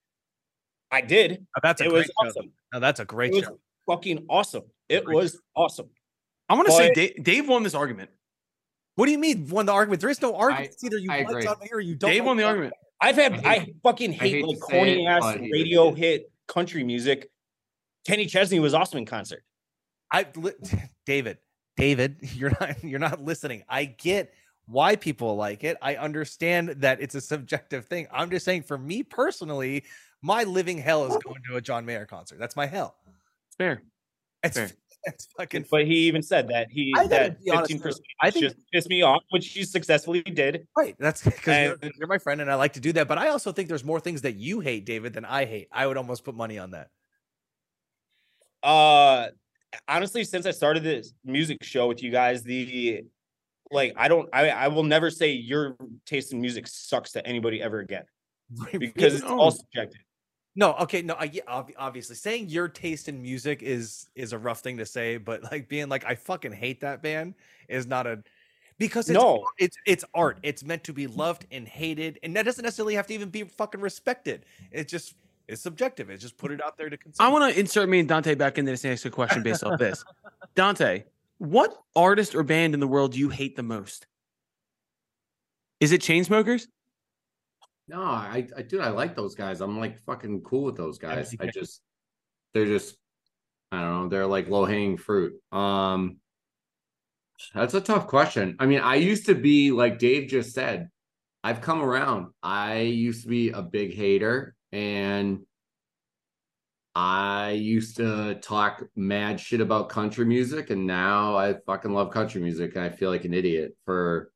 D: I did.
B: Now, Oh, that's a
D: It
B: great
D: was
B: show.
D: awesome.
B: Now, that's a great
D: It was
B: show.
D: fucking awesome. It
B: Great.
D: was awesome.
A: I want to say
D: But-
A: Dave, Dave won this argument.
B: What do you mean won the argument? There is no argument. It's either you
C: I
B: like
C: agree.
B: John Mayer or you don't.
A: Dave
B: like
A: won the
B: John
A: argument.
D: I've had
C: I
D: I,
C: hate-
D: fucking
C: I hate
D: hate, like
C: to say
D: corny
C: it,
D: ass
C: but he
D: radio
C: did.
D: hit country music. Kenny Chesney was awesome in concert.
B: I li- *laughs* David, David, *laughs* you're not you're not listening. I get why people like it. I understand that it's a subjective thing. I'm just saying for me personally, my living hell is going to a John Mayer concert. That's my hell.
A: It's fair.
B: It's,
A: Fair.
B: *laughs* it's fucking
D: But he even said that he
B: I gotta
D: that
B: be honest
D: fifteen percent
B: I think
D: just pissed me off, which he successfully did.
B: right. That's *laughs* because you're,
D: And-
B: you're my friend and I like to do that. But I also think there's more things that you hate, David, than I hate. I would almost put money on that. *laughs*
D: Uh honestly, since I started this music show with you guys, the like I don't I I will never say your taste in music sucks to anybody ever again because it's
A: No.
D: all subjective.
B: No, okay, no, I, yeah, ob- obviously saying your taste in music is is a rough thing to say, but like being like I fucking hate that band is not a because it's
D: No.
B: it's it's art. It's meant to be loved and hated, and that doesn't necessarily have to even be fucking respected. It's just it's subjective. It's just put it out there to consume.
A: I want to insert me and Dante back into this and ask a question based off
D: *laughs*
A: this. Dante, what artist or band in the world do you hate the most? Is it Chainsmokers?
C: No, I, I dude, I like those guys. I'm like fucking cool with those
B: Yeah,
C: guys. I
B: okay.
C: just they're just I don't know, they're like low hanging fruit. Um that's a tough question. I mean, I used to be like Dave just said, I've come around. I used to be a big hater and I used to talk mad shit about country music and now I fucking love country music and I feel like an idiot for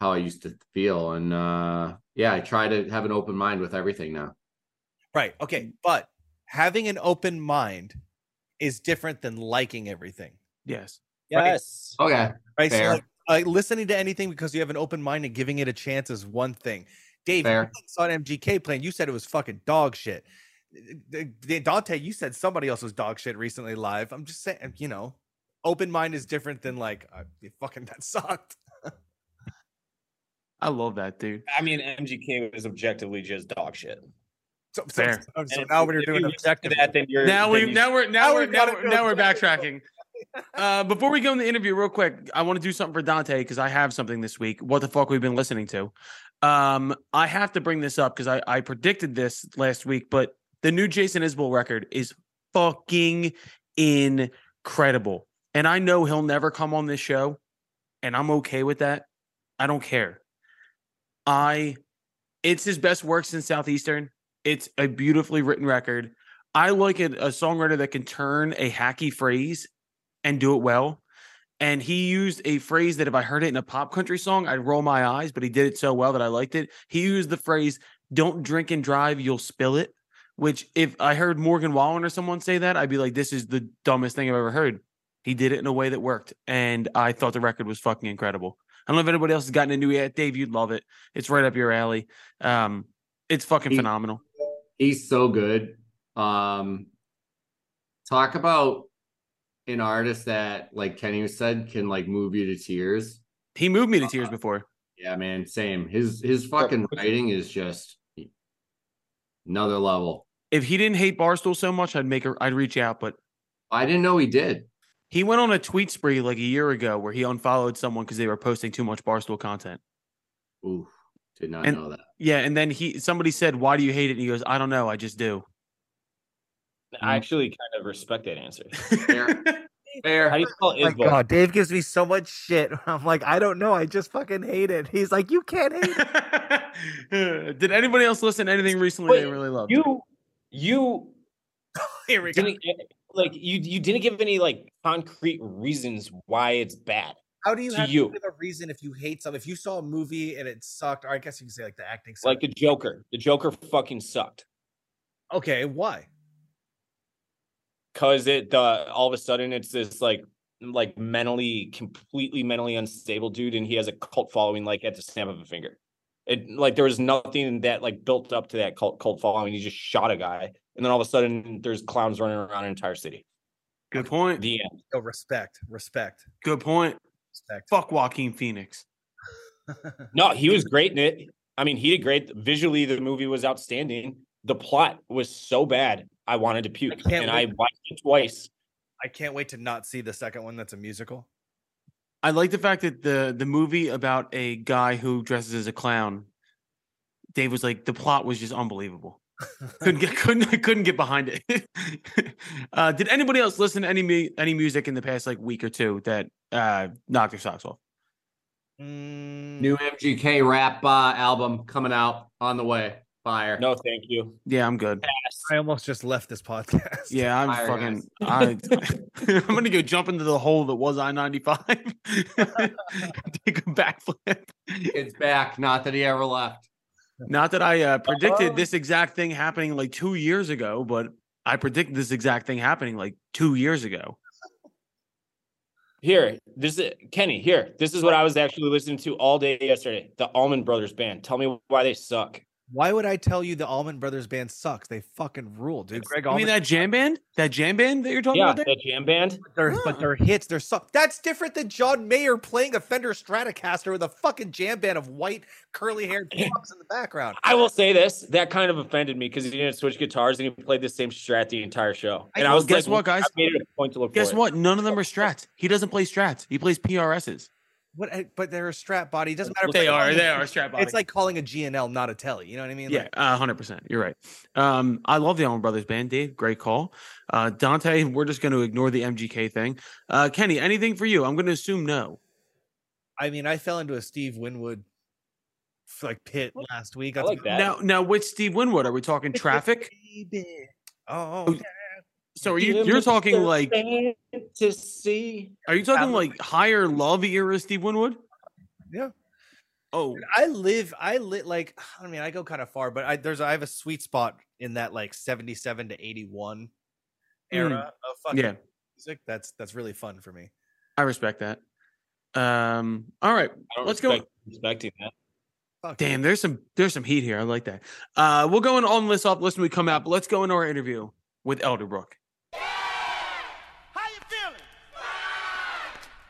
C: how I used to feel. And uh yeah, I try to have an open mind with everything now.
B: right, okay, but having an open mind is different than liking everything.
A: Yes.
B: Right.
D: Yes.
C: Okay.
B: Right, so
C: Fair.
B: like, like listening to anything because you have an open mind and giving it a chance is one thing. Dave,
C: Fair.
B: you saw an MGK playing. You said it was fucking dog shit. D- D- Dante, you said somebody else was dog shit recently live. I'm just saying, you know, open mind is different than like uh, fucking that sucked.
A: I love that, dude.
D: I mean MGK was objectively just dog shit.
B: So, so,
A: Fair.
B: so- so
D: And if
B: now
D: you-
B: when you're
D: if you
B: doing
D: listen to
B: objective,
D: that, then you're
A: Now
D: then
A: we
D: you-
A: now we're now
B: Now
A: we're
B: we've
A: now
B: gotta
A: we're,
B: go
A: now we're
B: back.
A: backtracking. Uh, before we go in the interview, real quick, I want to do something for Dante because I have something this week. What the fuck we've been listening to? Um, I have to bring this up because I, I predicted this last week, but the new Jason Isbell record is fucking incredible. and I know he'll never come on this show, and I'm okay with that. I don't care. I, it's his best work since Southeastern. It's a beautifully written record. I like a, a songwriter that can turn a hacky phrase and do it well. And he used a phrase that if I heard it in a pop country song, I'd roll my eyes, but he did it so well that I liked it. He used the phrase, don't drink and drive, you'll spill it. Which, if I heard Morgan Wallen or someone say that, I'd be like, this is the dumbest thing I've ever heard. He did it in a way that worked. And I thought the record was fucking incredible. I don't know if anybody else has gotten into it yet. Dave, you'd love it. It's right up your alley. Um, it's fucking
C: He-
A: phenomenal.
C: He's so good. Um, talk about an artist that, like Kenny said, can like move you to tears.
A: He moved me to tears before.
C: Yeah, man, same. His his fucking writing is just another level.
A: If he didn't hate Barstool so much, I'd make a, I'd reach out, but
C: I didn't know he did.
A: He went on a tweet spree like a year ago where he unfollowed someone because they were posting too much barstool content.
C: Ooh, did not
A: And-
C: know that.
A: Yeah, and then he somebody said, "Why do you hate it?" And he goes, "I don't know, I just do." *laughs*
D: I actually kind of respect that *laughs* answer.
C: Fair.
D: How do
C: Fair.
D: you spell
B: Oh my
D: Isbell?
B: God, Dave gives me so much shit. *laughs* I'm like, I don't know. I just fucking hate it. He's like, you can't hate it.
A: Did anybody else listen to anything recently they
D: Wait,
A: really loved?
D: You you
B: *laughs* Here we go.
D: didn't uh, like you you didn't give any like concrete reasons why it's bad.
B: How do you
D: to
B: have to
D: you.
B: give a reason if you hate something? If you saw a movie and it sucked, or I guess you can say like the acting
D: Like
B: sucked.
D: the Joker. The Joker fucking sucked.
B: okay, why?
D: Cause it the all of a sudden it's this like like mentally completely mentally unstable dude and he has a cult following like at the snap of a finger. It like there was nothing that like built up to that cult cult following. He just shot a guy and then all of a sudden there's clowns running around an entire city.
A: Good point.
D: The end.
B: Oh, respect, respect,
A: Good point.
B: respect.
A: Fuck Joaquin Phoenix.
B: *laughs*
D: No, he was great in it. I mean, he did great. Visually, the movie was outstanding. The plot was so bad, I wanted to puke,
B: can't
D: and I
B: wait.
D: watched it twice.
B: I can't wait to not see the second one. That's a musical.
A: I like the fact that the the movie about a guy who dresses as a clown. Dave was like, the plot was just unbelievable. couldn't get *laughs* couldn't I couldn't get behind it. *laughs* uh, did anybody else listen to any mu- any music in the past like week or two that uh, knocked their socks off?
B: *laughs* Mm,
C: New MGK rap uh, album coming out on the way. Fire.
D: No, thank you.
A: Yeah, I'm good.
B: I almost just left this podcast.
A: Yeah, I'm
C: Fire,
A: fucking. I,
D: *laughs* guys.
A: *laughs* I'm gonna go jump into the hole that was *laughs*
D: *laughs*
A: I-95. Take a backflip.
C: It's back. Not that he ever left.
A: Not that I uh, predicted
D: Um,
A: this exact thing happening like two years ago, but I predicted this exact thing happening like two years ago.
D: Here, this is Kenny. Here, this is what I was actually listening to all day yesterday. The Allman Brothers Band. Tell me why they suck.
B: *laughs* Why would I tell you the Allman Brothers band sucks? They fucking rule, dude. Greg
A: I mean
B: Allman,
A: that jam band, that jam band that you're talking
D: Yeah,
A: about. There?
D: the jam band.
B: they're- but *gasps* their hits, they're suck. That's different than John Mayer playing a Fender Stratocaster with a fucking jam band of white curly *clears throat* haired fucks in the background.
D: I will say this: that kind of offended me because he didn't switch guitars and he played the same strat the entire show. And I
A: Well,
D: was
A: guess
D: like,
A: what, guys?
D: I made it a point to look.
A: Guess
D: for it.
A: what? None *laughs* of them are strats. He doesn't play strats. He plays PRSs.
B: What? eh, But they're a strat body. It doesn't matter. if
A: They
B: they're
A: are.
B: calling
A: They
B: it-
A: are strap
B: It's like calling a GNL not a telly. You know what I mean?
A: yeah, uh,
B: Like,
A: hundred percent. You're right. Um, I love the Allman Brothers Band, Dave. Great call, uh, Dante. We're just going to ignore the MGK thing. Uh, Kenny, anything for you? I'm going to assume no.
B: I mean, I fell into a Steve Winwood f- like pit last week.
D: I
B: That's
D: like that.
A: Now, now with Steve Winwood, are we
B: *laughs*
A: talking traffic?
B: Baby. Oh,
A: So are you? You're talking like?
D: to see.
A: Are you talking like higher love era Steve Winwood?
B: Yeah.
A: Oh,
B: I live, I lit like, *sighs* I mean, I go kind of far, but I there's, I have a sweet spot in that like 77 to 81 era of fucking
A: Mm. yeah.
B: music. That's, that's really fun for me.
A: I respect that. Um. All right.
D: I don't
A: Let's go-
D: respect- Respecting that.
B: Fuck.
A: Damn. There's some. There's some heat here. I like that. Uh. We'll go in on list off list when we come out. But let's go into our interview with Elderbrook.
E: How you feeling?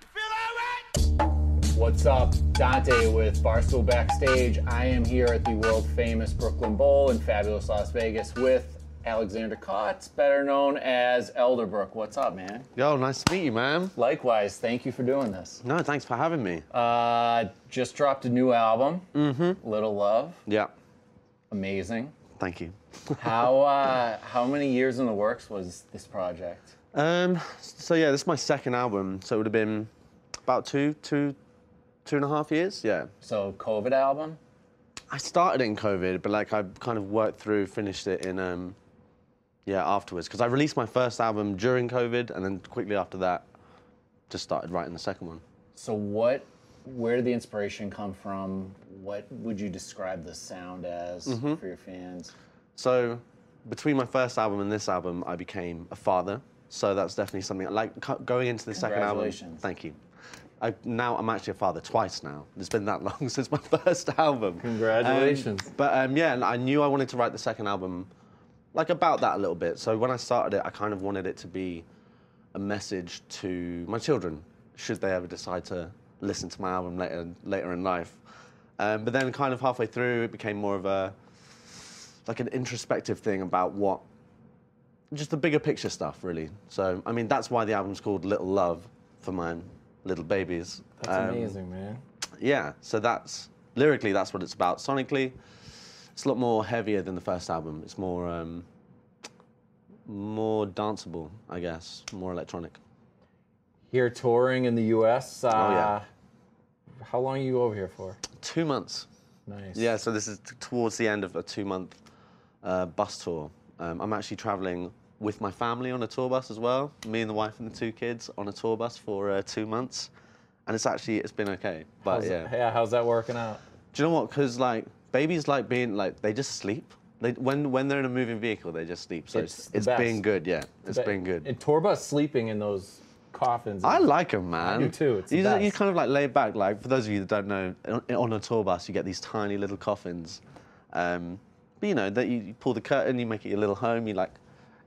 E: You feel all right?
C: What's up? Dante with Barstool Backstage. I am here at the world famous Brooklyn Bowl in fabulous Las Vegas with Alexander Kotz, better known as Elderbrook. What's up, man?
F: Yo, nice to meet you, man.
C: Likewise, thank you for doing this.
F: No, thanks for having me.
C: Uh, just dropped a new album, mm-hmm. Little Love.
F: yeah,
C: Amazing.
F: thank you.
C: How uh, how many years in the works was this project?
F: Um, so yeah, this is my second album. So it would have been about two, two, two and a half years. Yeah.
G: So COVID album.
F: I started in COVID, but like I kind of worked through, finished it in um, yeah, afterwards. Because I released my first album during COVID, and then quickly after that, just started writing the second one.
C: So what? Where did the inspiration come from? What would you describe the sound as for your fans?
F: So between my first album and this album, I became a father. So that's definitely something like co- going into the second album.
C: Congratulations.
F: Thank you. I, now I'm actually a father twice now. It's been that *laughs* long since my first album.
H: Congratulations.
F: Um, but um, yeah, and I knew I wanted to write the second album, like about that a little bit. So when I started it, I kind of wanted it to be a message to my children, should they ever decide to listen to my album later later in life. Um, but then, kind of halfway through, it became more of a like an introspective thing about what just the bigger picture stuff, really. So, I mean, that's why the album's called Little Love for my little babies.
H: That's
F: Um,
H: amazing, man.
F: yeah, so that's lyrically that's what it's about. Sonically, it's a lot more heavier than the first album. It's more um, more danceable, I guess, more electronic.
H: Here touring in the U.S. Uh,
F: Oh, yeah.
H: How long are you over here for?
F: Two months.
H: Nice.
F: Yeah, so this is t- towards the end of a two-month uh, bus tour. Um, I'm actually traveling with my family on a tour bus as well. Me and the wife and the two kids on a tour bus for uh, two months, and it's actually it's been okay. But
H: How's-
F: yeah,
H: How's that working out?
F: Do you know what? Because like babies like being like they just sleep. They, when when they're in a moving vehicle, they just sleep. So
H: It's
F: it's,
H: the
F: it's been
H: best.
F: good. Yeah, it's
H: That-
F: been good.
H: And Torba sleeping in those coffins.
F: I
H: is-
F: like them, man.
H: do too, it's the
F: you, just- you
H: best.
F: kind of like lay back. Like for those of you that don't know, on- on a tour bus you get these tiny little coffins. Um, but you know that you, you pull the curtain, you make it your little home. You like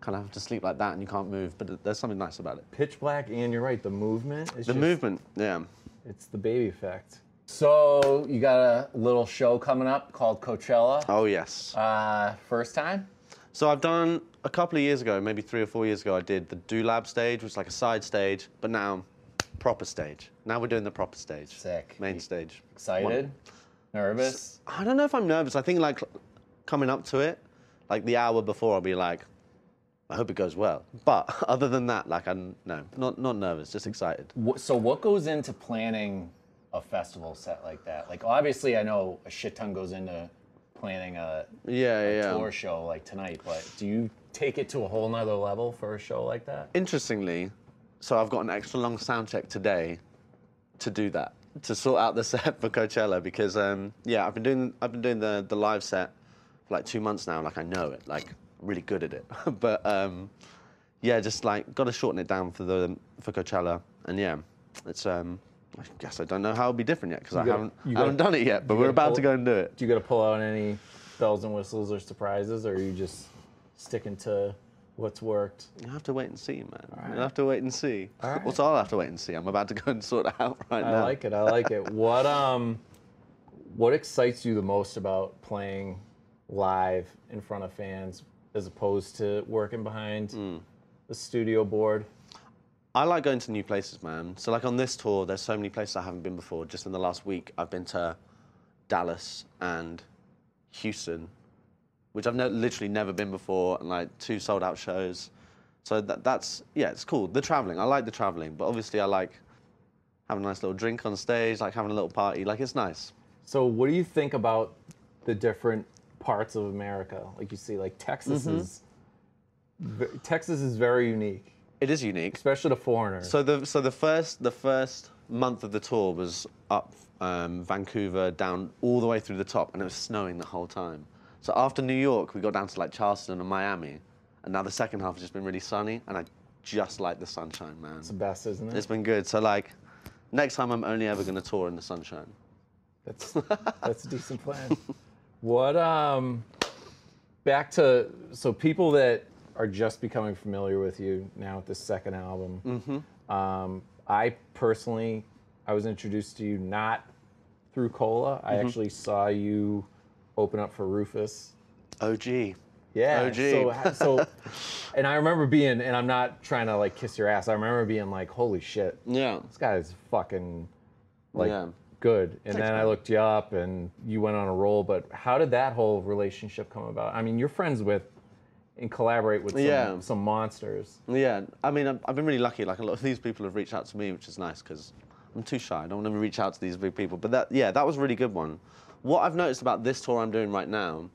F: kind of have to sleep like that, and you can't move. But there's something nice about it.
H: pitch black, and you're right. The movement. Is
F: The movement, yeah.
H: It's the baby effect.
C: So you got a little show coming up called Coachella.
F: Oh yes.
C: Uh, first time.
F: So I've done a couple of years ago, maybe three or four years ago, I did the Do Lab stage, which is like a side stage, but now proper stage. Now we're doing the proper stage.
C: Sick.
F: Main stage.
C: Excited. Nervous.
F: I don't know if I'm nervous. I think like coming up to it, like the hour before, I'll be like, I hope it goes well. But *laughs* other than that, like I'm no, not not nervous, just excited.
C: Wh- So what goes into planning a festival set like that? Like obviously I know a shit ton goes into planning a
F: Yeah, yeah. yeah.
C: tour show like tonight, but do you
H: Take it to a whole nother level for a show like that.
F: interestingly, so I've got an extra long sound check today to do that to sort out the *laughs* set for Coachella because um, yeah, I've been doing I've been doing the the live set for like two months now. Like I know it, like really good at it. *laughs* but um, yeah, just like got to shorten it down for the for Coachella, and yeah, it's um. I guess I don't know how it'll be different yet because I
H: gotta-
F: haven't,
H: you
F: I haven't
H: gotta-
F: done it yet. But
H: you
F: we're
H: gotta
F: about
H: pull-
F: to go and do it.
H: Do you got to pull out any bells and whistles or surprises, or are you just sticking to what's worked?
F: You'll have to wait and see, man. You'll have to wait and see. Also, I'll have to wait and see. I'm about to go and sort it out *laughs* right
H: I
F: now.
H: like it. I like it. What um, what excites you the most about playing live in front of fans as opposed to working behind the studio board?
F: I like going to new places, man. So like on this tour, there's so many places I haven't been before. Just in the last week, I've been to Dallas and Houston, which I've ne- literally never been before, and like two sold out shows. So that, that's yeah, it's cool. The traveling, I like the traveling, but obviously I like having a nice little drink on stage, like having a little party, like it's nice.
H: So, what do you think about the different parts of America? Like you see, like Texas
F: Mm-hmm.
H: is ve- Texas is very unique,
F: It is unique.
H: especially to foreigners.
F: So the so the first the first month of the tour was up um, Vancouver down all the way through the top, and it was snowing the whole time. So after New York, we got down to like Charleston and Miami, and now the second half has just been really sunny, and I just like the sunshine, man.
H: it's the best, isn't it?
F: It's been good. So like, next time I'm only ever gonna tour in the sunshine. *laughs*
H: That's that's a decent plan. What um back to so people that are just becoming familiar with you now with this second album.
F: Mm-hmm.
H: Um, I personally I was introduced to you not through Cola. I
F: Mm-hmm.
H: actually saw you open up for Rufus.
F: Oh gee.
H: Yeah.
F: OG.
H: So,
F: *laughs*
H: so, and I remember being, and I'm not trying to like kiss your ass. I remember being like, holy shit,
F: Yeah.
H: this guy is fucking like
F: Yeah.
H: good. And then I looked you up, and you went on a roll. But how did that whole relationship come about? I mean, you're friends with
I: and collaborate with some,
F: Yeah.
I: some monsters.
F: Yeah, I mean, I've, I've been really lucky. Like a lot of these people have reached out to me, which is nice because I'm too shy. I don't want to reach out to these big people. But that, yeah, that was a really good one. What I've noticed about this tour I'm doing right now,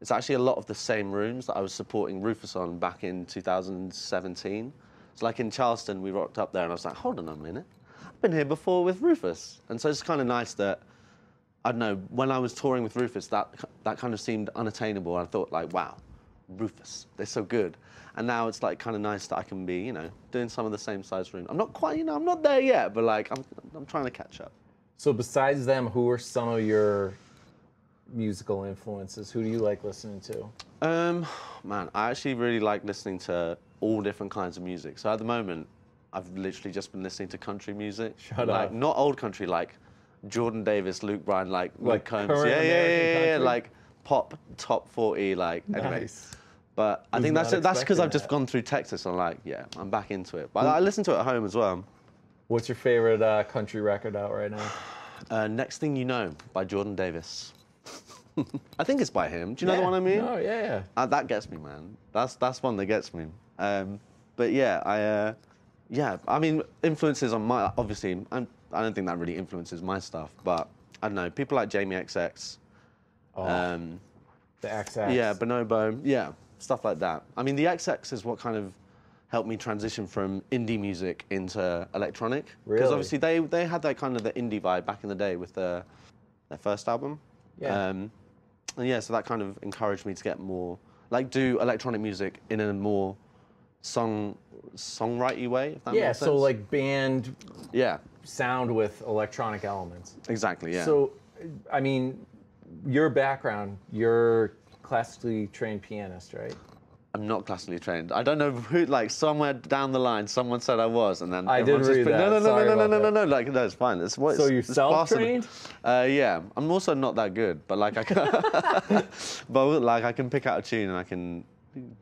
F: it's actually a lot of the same rooms that I was supporting Rufus on back in 2017. So like in Charleston, we rocked up there, and I was like, hold on a minute, I've been here before with Rufus, and so it's kind of nice that. I don't know. When I was touring with Rufus, that that kind of seemed unattainable. I thought like, wow, Rufus, they're so good. And now it's like kind of nice that I can be, you know, doing some of the same size room. I'm not quite, you know, I'm not there yet, but like I'm I'm trying to catch up.
I: So besides them, who are some of your musical influences? Who do you like listening to?
F: Um, man, I actually really like listening to all different kinds of music. So at the moment, I've literally just been listening to country music.
I: Shut
F: like,
I: up.
F: Not old country, like Jordan Davis, Luke Bryan, like,
I: Like
F: Luke Combs.
I: current
F: yeah, yeah, yeah,
I: American
F: yeah, yeah,
I: country?
F: like pop top 40, like anyway. But I
I: Was
F: think that's
I: not
F: it. that's because I've
I: expecting
F: just
I: that.
F: gone through Texas. I'm like, yeah, I'm back into it. But I listen to it at home as well.
I: What's your favorite uh, country record out right now?
F: Uh, Next thing you know, by Jordan Davis. *laughs* I think it's by him. Do you know the one I mean?
I: Oh yeah, yeah.
F: Uh, that gets me, man. That's that's one that gets me. Um, but yeah, I uh, yeah, I mean influences on my obviously. I'm, I don't think that really influences my stuff, but I don't know. People like Jamie XX,
I: Oh,
F: um,
I: the XX.
F: yeah, Bonobo, yeah, stuff like that. I mean, the XX is what kind of helped me transition from indie music into electronic.
I: Really?
F: Because obviously they they had that kind of the indie vibe back in the day with their their first album.
I: Yeah.
F: Um, and yeah, so that kind of encouraged me to get more like do electronic music in a more song songwriting way. If that
I: yeah.
F: makes
I: So
F: sense.
I: like band
F: yeah,
I: sound with electronic elements.
F: exactly, yeah.
I: So, I mean, your background, you're classically trained pianist, right?
F: I'm not classically trained. I don't know who, like, somewhere down the line, someone said I was, and then
I: I did
F: everyone's just
I: read
F: been, No,
I: that.
F: no, no,
I: Sorry
F: no, no,
I: about
F: no, no,
I: that.
F: no. Like, no, it's fine. It's what.
I: So
F: it's-
I: you're
F: it's part of the-
I: self-trained?
F: Uh, yeah, I'm also not that good, but like I can, *laughs* but like I can pick out a tune and I can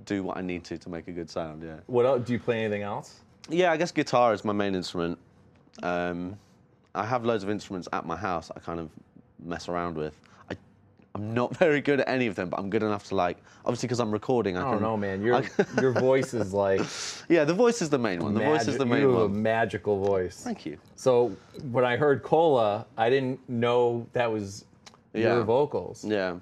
F: do what I need to to make a good sound. Yeah.
I: What else? Do you play anything else?
F: Yeah, I guess guitar is my main instrument. Um, I have loads of instruments at my house I kind of mess around with. I, I'm not *laughs* very good at any of them, but I'm good enough to like. Obviously, because I'm recording, I,
I: I don't
F: can.
I: know, man.
F: *laughs*
I: Your
F: I-
I: your voice is like
F: Yeah, the voice is the main one. The voice
I: magi-
F: is the
I: you
F: main
I: have a
F: one.
I: magical voice.
F: Thank you.
I: So when I heard Cola, I didn't know that was
F: Yeah.
I: your vocals.
F: Yeah.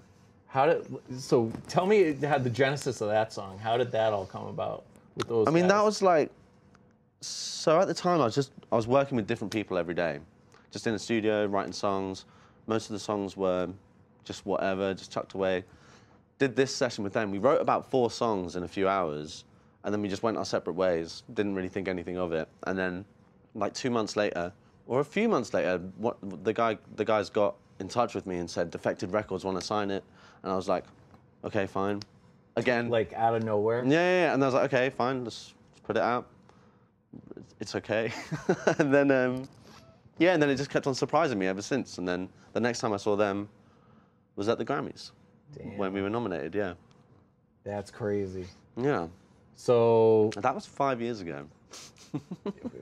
I: How did? So tell me how the genesis of that song. How did that all come about with those?
F: I mean, that
I: guys?
F: was like. So at the time, I was just I was working with different people every day, just in the studio writing songs. Most of the songs were just whatever, just chucked away. Did this session with them. We wrote about four songs in a few hours, and then we just went our separate ways. Didn't really think anything of it. And then, like two months later, or a few months later, what the guy the guys got in touch with me and said, "Defected Records want to sign it," and I was like, "Okay, fine." Again,
I: like out of nowhere.
F: yeah, yeah, yeah. And I was like, okay, fine, let's, let's put it out. It's okay. *laughs* and then, um, yeah, and then it just kept on surprising me ever since. And then the next time I saw them was at the Grammys
I: Damn,
F: when we were nominated. Yeah,
I: that's crazy.
F: yeah.
I: So
F: And that was five years ago.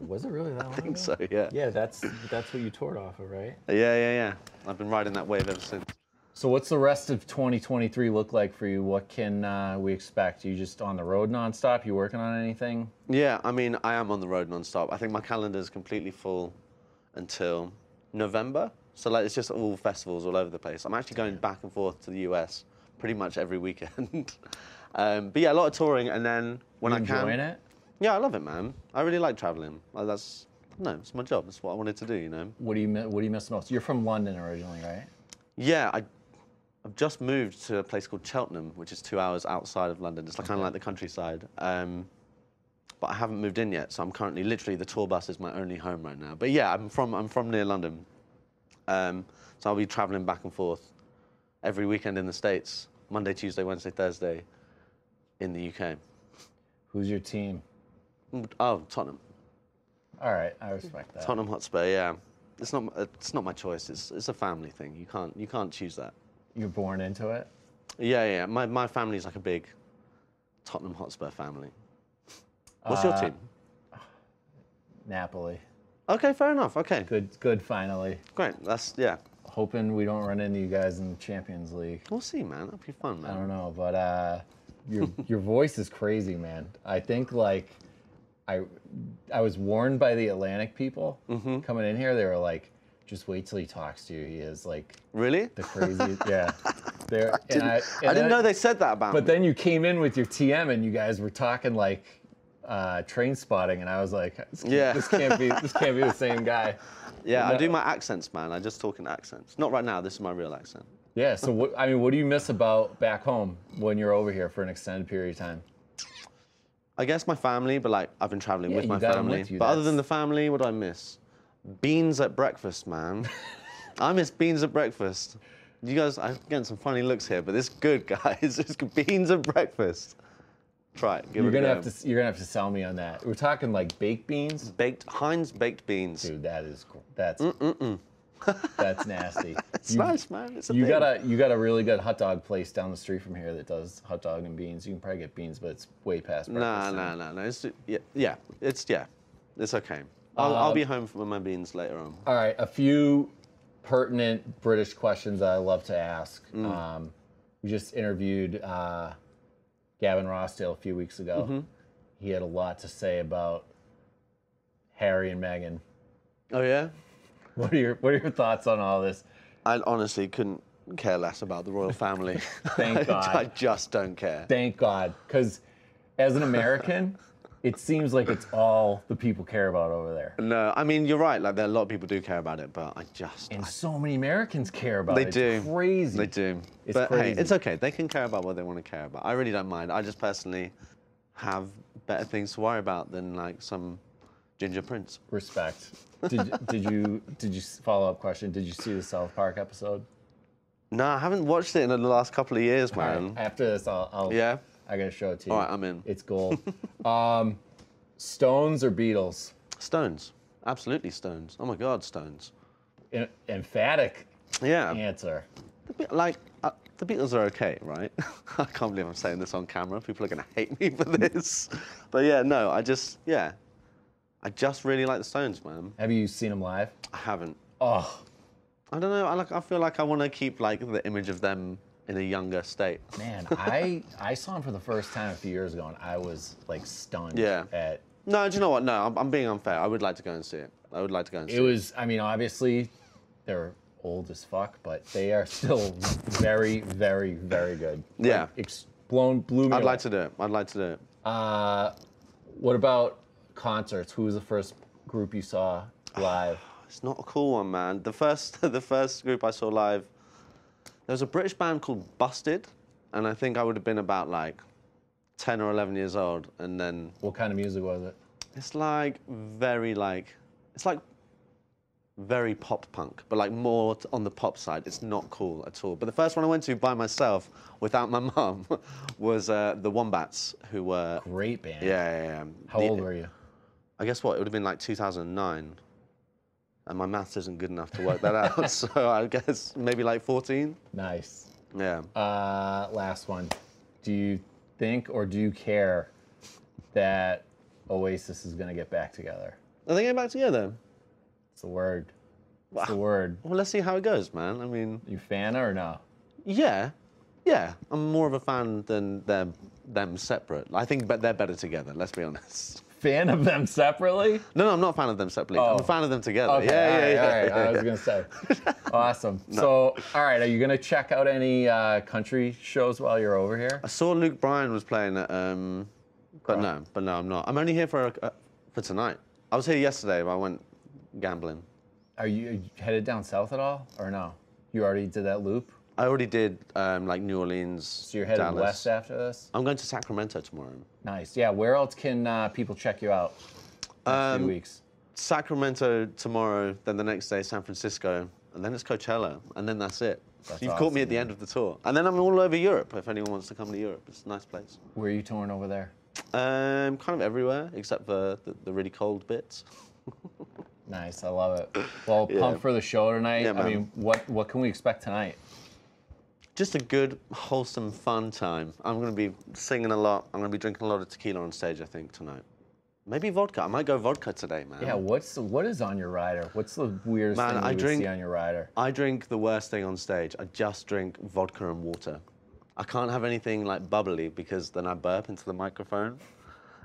I: was it really that long?
F: I
I: ago?
F: think so. Yeah.
I: Yeah, that's that's what you toured off of, right?
F: yeah, yeah, yeah. I've been riding that wave ever since.
H: So, what's the rest of 2023 look like for you? What can uh, we expect? You just on the road nonstop? You working on anything?
F: Yeah, I mean, I am on the road nonstop. I think my calendar is completely full until November. So like, it's just all festivals all over the place. I'm actually going back and forth to the US pretty much every weekend. *laughs* um, but yeah, a lot of touring, and then when I can,
H: Enjoying it?
F: yeah, I love it, man. I really like traveling. Like that's no, it's my job. It's what I wanted to do, you know.
H: What do you mi- What do you miss most? You're from London originally, right?
F: Yeah, I, I've just moved to a place called Cheltenham, which is two hours outside of London. It's like, kind of like the countryside. Um, but I haven't moved in yet, so I'm currently literally the tour bus is my only home right now. But yeah, I'm from I'm from near London, um, so I'll be travelling back and forth every weekend in the States, Monday, Tuesday, Wednesday, Thursday, in the UK.
H: Who's your team?
F: Oh, Tottenham,
H: All right, I respect that.
F: Tottenham Hotspur. Yeah, it's not it's not my choice. It's it's a family thing. You can't you can't choose that.
H: You're born into it.
F: Yeah, yeah. My my family's like a big Tottenham Hotspur family. What's your
H: Uh,
F: team?
H: Napoli.
F: Okay, fair enough. Okay,
H: Good. Good. Finally,
F: great. That's yeah.
H: hoping we don't run into you guys in the Champions League.
F: We'll see, man. That'll be fun,
H: I
F: man.
H: don't know, but uh, your *laughs* your voice is crazy, man. I think like I I was warned by the Atlantic people
F: Mm-hmm.
H: coming in here. They were like, just wait till he talks to you. He is like
F: Really?
H: the craziest. *laughs* yeah. There and I, and
F: I didn't
H: then-
F: know they said that about
H: But
F: me.
H: then you came in with your TM and you guys were talking like uh, train spotting, and I was like, this can't,
F: Yeah.
H: this can't be this can't be the same
F: *laughs*
H: guy.
F: yeah, I
H: no.
F: do my accents, man. I just talk in accents. Not right now. This is my real accent.
H: Yeah. So what, I mean, what do you miss about back home when you're over here for an extended period of time?
F: I guess my family, but like I've been traveling
H: Yeah,
F: with
H: you
F: my
H: got 'em
F: family.
H: with you,
F: but other than the
H: that's-
F: family, what do I miss? Beans at
H: *laughs*
F: breakfast, man. I miss beans at breakfast. You guys, I'm getting some funny looks here, but this is good, guys. *laughs* It's good. beans at breakfast. Try it.
H: You're
F: Give it a
H: gonna
F: go.
H: have to you're gonna have to sell me on that. We're talking like baked beans,
F: baked Heinz baked beans.
H: dude. That is gr- that's *laughs* that's nasty.
F: Mm, *laughs* It's nice, man. It's a
H: You
F: thing.
H: got a you got a really good hot dog place down the street from here that does hot dog and beans. You can probably get beans, but it's way past.
F: Nah,
H: breakfast
F: nah,
H: time.
F: nah, nah. It's yeah, yeah. It's yeah. It's okay. I'll,
H: Uh,
F: I'll be home for my beans later on.
H: All right, a few pertinent British questions that I love to ask.
F: Mm.
H: Um, we just interviewed uh, Gavin Rossdale a few weeks ago.
F: Mm-hmm.
H: He had a lot to say about Harry and Meghan.
F: Oh yeah.
H: *laughs* What are your What are your thoughts on all this?
F: I honestly couldn't care less about the royal family.
H: *laughs* Thank God.
F: *laughs* I just don't care.
H: Thank God, because as an American, it seems like it's all the people care about over there,
F: No, I mean you're right. Like there are a lot of people do care about it, but I just
H: and so many Americans care about
F: they
H: it. It's
F: do
H: crazy.
F: *laughs* They do.
H: It's
F: but hey,
H: crazy.
F: it's okay. They can care about what they want to care about. I really don't mind. I just personally have better things to worry about than like some ginger prince.
H: Respect. Did, did you did you follow up question? Did you see the South Park episode?
F: No, I haven't watched it in the last couple of years,
H: All right,
F: man.
H: after this, I'll, I'll
F: Yeah? Oh,
H: I gotta show it to you.
F: All right, I'm in.
H: It's
F: *laughs*
H: gold. um, Stones or Beatles?
F: Stones, absolutely stones. Oh my God, stones.
H: En- E, emphatic
F: Yeah,
H: answer.
F: The Be- like uh, the Beatles are okay, right? *laughs* I can't believe I'm saying this on camera. People are gonna hate me for this. *laughs* But yeah, no, I just yeah, I just really like the Stones, man.
H: Have you seen them live?
F: I haven't.
H: Oh
F: I don't know. I like. I feel like I want to keep like the image of them in a younger state.
H: man, I I saw them for the first time a few years ago, and I was like stunned.
F: Yeah.
H: At
F: No, do you know what? No, I'm, I'm being unfair. I would like to go and see it. I would like to go and see
H: it was. I mean, obviously, they're old as fuck, but they are still very, very, very good.
F: Yeah.
H: Like, ex- blown, blew me.
F: I'd like
H: away.
F: to do it. I'd like to do it.
H: Uh, what about concerts? Who was the first group you saw live?
F: It's not a cool one, man. The first *laughs* the first group I saw live, there was a British band called Busted, and I think I would have been about like ten or eleven years old, and then
H: What kind of music was it?
F: it's like very like it's like very pop punk, but like more t- on the pop side. It's not cool at all. But the first one I went to by myself without my *laughs* mum was uh, the Wombats, who were
H: Great band.
F: yeah yeah yeah.
H: How
F: The-
H: old were you?
F: I guess what it would have been like 2009, and my maths isn't good enough to work that out. *laughs* so I guess maybe like 14.
H: Nice.
F: Yeah.
H: Uh, last one. Do you think or do you care that Oasis is going to get back together?
F: Are they getting back together?
H: It's the word. It's the word.
F: Well, let's see how it goes, man. I mean,
H: You fan or no?
F: yeah, yeah. I'm more of a fan than them them separate. I think, but they're better together. Let's be honest. *laughs*
H: Fan of them separately?
F: No, no, I'm not a fan of them separately. I'm
H: Oh.
F: a fan of them together.
H: Okay,
F: yeah,
H: all right,
F: yeah,
H: all
F: yeah,
H: right.
F: yeah,
H: I was
F: yeah.
H: gonna say.
F: *laughs*
H: Awesome. So, all right, are you gonna check out any uh, country shows while you're over here?
F: I saw Luke Bryan was playing at, um, but no, but no, I'm not. I'm only here for uh, for tonight. I was here yesterday, but I went gambling.
H: Are you, are you headed down south at all, or no? You already did that loop,
F: I already did um, like New Orleans.
H: so you're headed
F: Dallas.
H: west after this.
F: I'm going to Sacramento tomorrow.
H: Nice. Yeah. Where else can uh, people check you out? Next
F: Um,
H: few weeks.
F: Sacramento tomorrow, then the next day San Francisco, and then it's Coachella, and then that's it.
H: That's
F: You've caught me
H: awesome,
F: at the end of the tour, and then I'm all over Europe. If anyone wants to come to Europe, it's a nice place.
H: Where are you touring over there?
F: Um, kind of everywhere except for the, the really cold bits.
H: Nice. I love it. Well, pumped for the show tonight.
F: Yeah,
H: I
F: man.
H: mean, what what can we expect tonight?
F: Just a good, wholesome, fun time. I'm going to be singing a lot. I'm going to be drinking a lot of tequila on stage. I think tonight. Maybe vodka. I might go vodka today, man.
H: Yeah. What's what is on your rider? What's the weirdest
F: Man,
H: thing you
F: I
H: would
F: drink-
H: see on your rider?
F: I drink the worst thing on stage. I just drink vodka and water. I can't have anything like bubbly because then I burp into the microphone.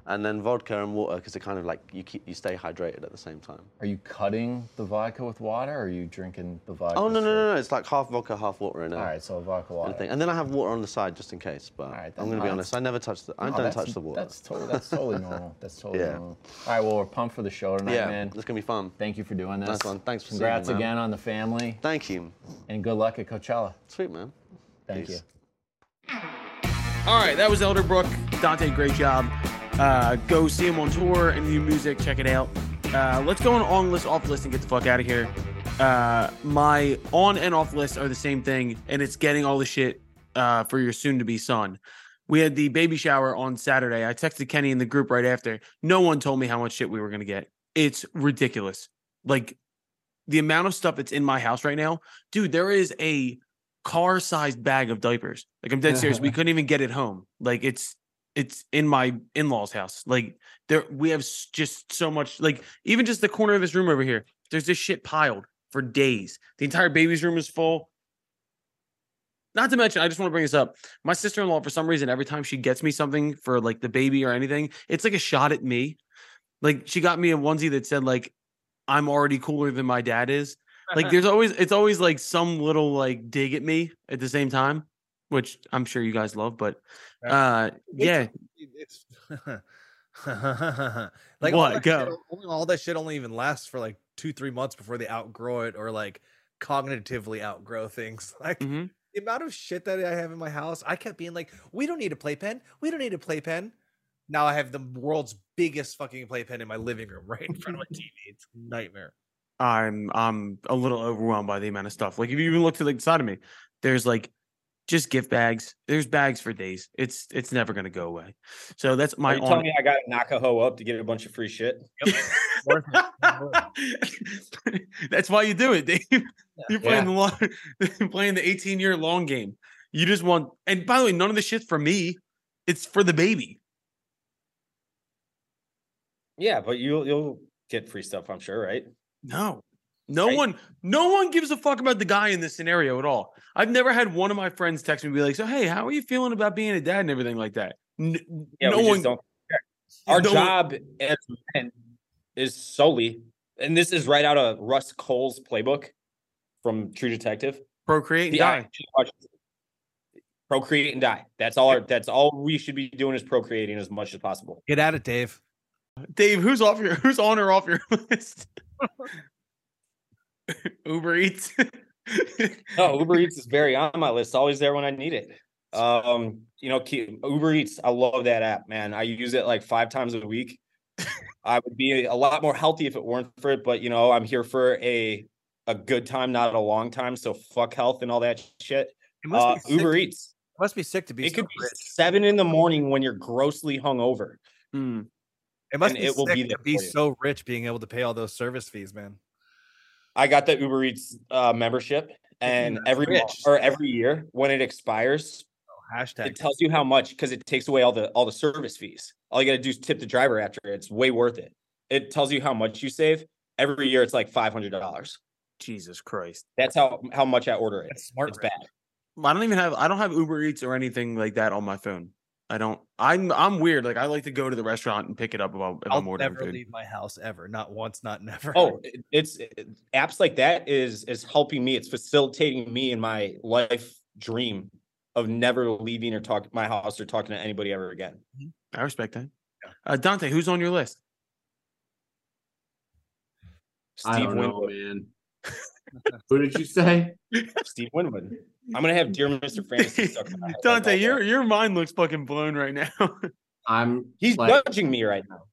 F: And then vodka and water because it kind of like you keep you stay hydrated at the same time.
H: Are you cutting the vodka with water, or are you drinking the vodka?
F: Oh no no
H: straight?
F: no no! It's like half vodka, half water in it.
H: All right, so vodka water.
F: Thing. And then I have water on the side just in case. But
H: right,
F: I'm
H: that's
F: going to be
H: nice.
F: honest, I never touch the. I
H: No,
F: don't
H: Oh, that's-
F: touch the water.
H: That's totally that's totally
F: *laughs*
H: normal. That's totally
F: Yeah.
H: normal. All right, well we're pumped for the show tonight,
F: yeah,
H: man.
F: it's going to be fun.
H: Thank you for doing this.
F: Nice one. Thanks for seeing me,
H: Congrats
F: man.
H: again on the family,
F: Thank you.
H: and good luck at Coachella.
F: Sweet man.
H: Thank
F: Peace.
H: you.
A: All right, that was Elderbrook. Dante, great job. Uh, go see him on tour and new music. Check it out. Uh, let's go on on list, off list, and get the fuck out of here. Uh, my on and off list are the same thing, and it's getting all the shit uh, for your soon to be son. We had the baby shower on Saturday. I texted Kenny in the group right after. No one told me how much shit we were going to get. It's ridiculous. Like the amount of stuff that's in my house right now, dude, there is a car sized bag of diapers. Like I'm dead serious. we couldn't even get it home. Like it's it's in my in law's house. Like there we have s- just so much. Like even just the corner of this room over here, there's this shit piled for days. The entire baby's room is full. Not to mention, I just want to bring this up. My sister in law, for some reason, every time she gets me something for like the baby or anything, it's like a shot at me. Like she got me a onesie that said like I'm already cooler than my dad is
D: *laughs*
A: like there's always it's always like some little like dig at me at the same time which i'm sure you guys love but uh yeah
B: It's *laughs* like
A: What?
B: All that
A: Go.
B: Shit, only- all that shit only even lasts for like two, three months before they outgrow it or like cognitively outgrow things. *laughs* Like
D: Mm-hmm.
A: mhm.
B: the amount of shit that I have in my house, I kept being like, "We don't need a playpen. We don't need a playpen." Now I have the world's biggest fucking playpen in my living room, *laughs* right in
D: *laughs*
B: front of my TV. It's a nightmare.
A: i'm i'm a little overwhelmed by the amount of stuff like if you even look to the side of me there's like just gift bags there's bags for days it's it's never going to go away so that's
D: Are
A: my
D: you
A: on-
D: telling me I got to knock a hoe up to get a bunch of free shit?
B: Worth it.
A: *laughs* That's why you do it, Dave. You're playing the long, *laughs* playing the 18 year long game. You just want, and by the way, none of the shit's for me. It's for the baby.
D: Yeah, but you'll you'll get free stuff, I'm sure, right?
A: No, no
D: Right.
A: one, no one gives a fuck about the guy in this scenario at all. I've never had one of my friends text me and be like, "So hey, how are you feeling about being a dad and everything like that?" N-
D: Yeah,
A: no
D: we just
A: one.
D: don't. care. Our
A: no one-
D: job as men is solely, and this is right out of Russ Cole's playbook from True Detective.
A: procreate and
D: The
A: die.
D: action watch- procreate and die. That's all. Our, that's all we should be doing is procreating as much as possible.
B: Get at it, Dave.
A: Dave, who's off your who's on or off your *laughs*
D: *laughs*
A: list? Uber Eats. *laughs*
D: No, Uber Eats is very on my list. Always there when I need it. Um, you know, keep, Uber Eats. I love that app, man. I use it like five times a
B: *laughs*
D: week. I would be a lot more healthy if it weren't for it, but you know, I'm here for a a good time, not a long time. So fuck health and all that shit.
B: It must,
D: Uh,
B: be, sick.
D: Uber Eats.
B: it must be sick to be.
D: It could
B: so
D: be
B: rich.
D: seven in the morning when you're grossly hungover.
A: Hmm.
B: It must
D: and
B: be
D: it will
B: sick
D: be
B: to
D: there
B: be
D: for you.
B: so rich being able to pay all those service fees, man.
D: I got the Uber Eats uh, membership, and every mo-
B: rich.
D: or every year when it expires,
B: Hashtag.
D: It tells you how much because it takes away all the all the service fees. All you got to do is tip the driver after. it. It's way worth it. It tells you how much you save every year. It's like five hundred dollars.
A: Jesus Christ.
D: That's how how much I order it.
B: That's smart.
D: It's
B: rich.
D: bad.
A: I don't even have I don't have Uber Eats or anything like that on my phone. I don't I'm I'm weird. Like I like to go to the restaurant and pick it up if, I'm, if
B: I'll
A: I'm ordering
B: never
A: food.
B: leave my house ever. Not once. Not never.
D: Oh, it- it's it- apps like that is is helping me. It's facilitating me in my life dream of never leaving or talk my house or talking to anybody ever again.
A: I respect that. Uh, Dante, who's on your list?
C: I
D: Steve
C: don't know,
D: Winwood.
C: man. Who did you say?
D: Steve Winwood. I'm gonna have dear Mr. Fantasy
C: *laughs*
D: stuck in my head like all
A: Dante,
D: day.
A: your your mind looks fucking blown right now. *laughs*
C: I'm
D: he's
C: like,
D: judging me right now.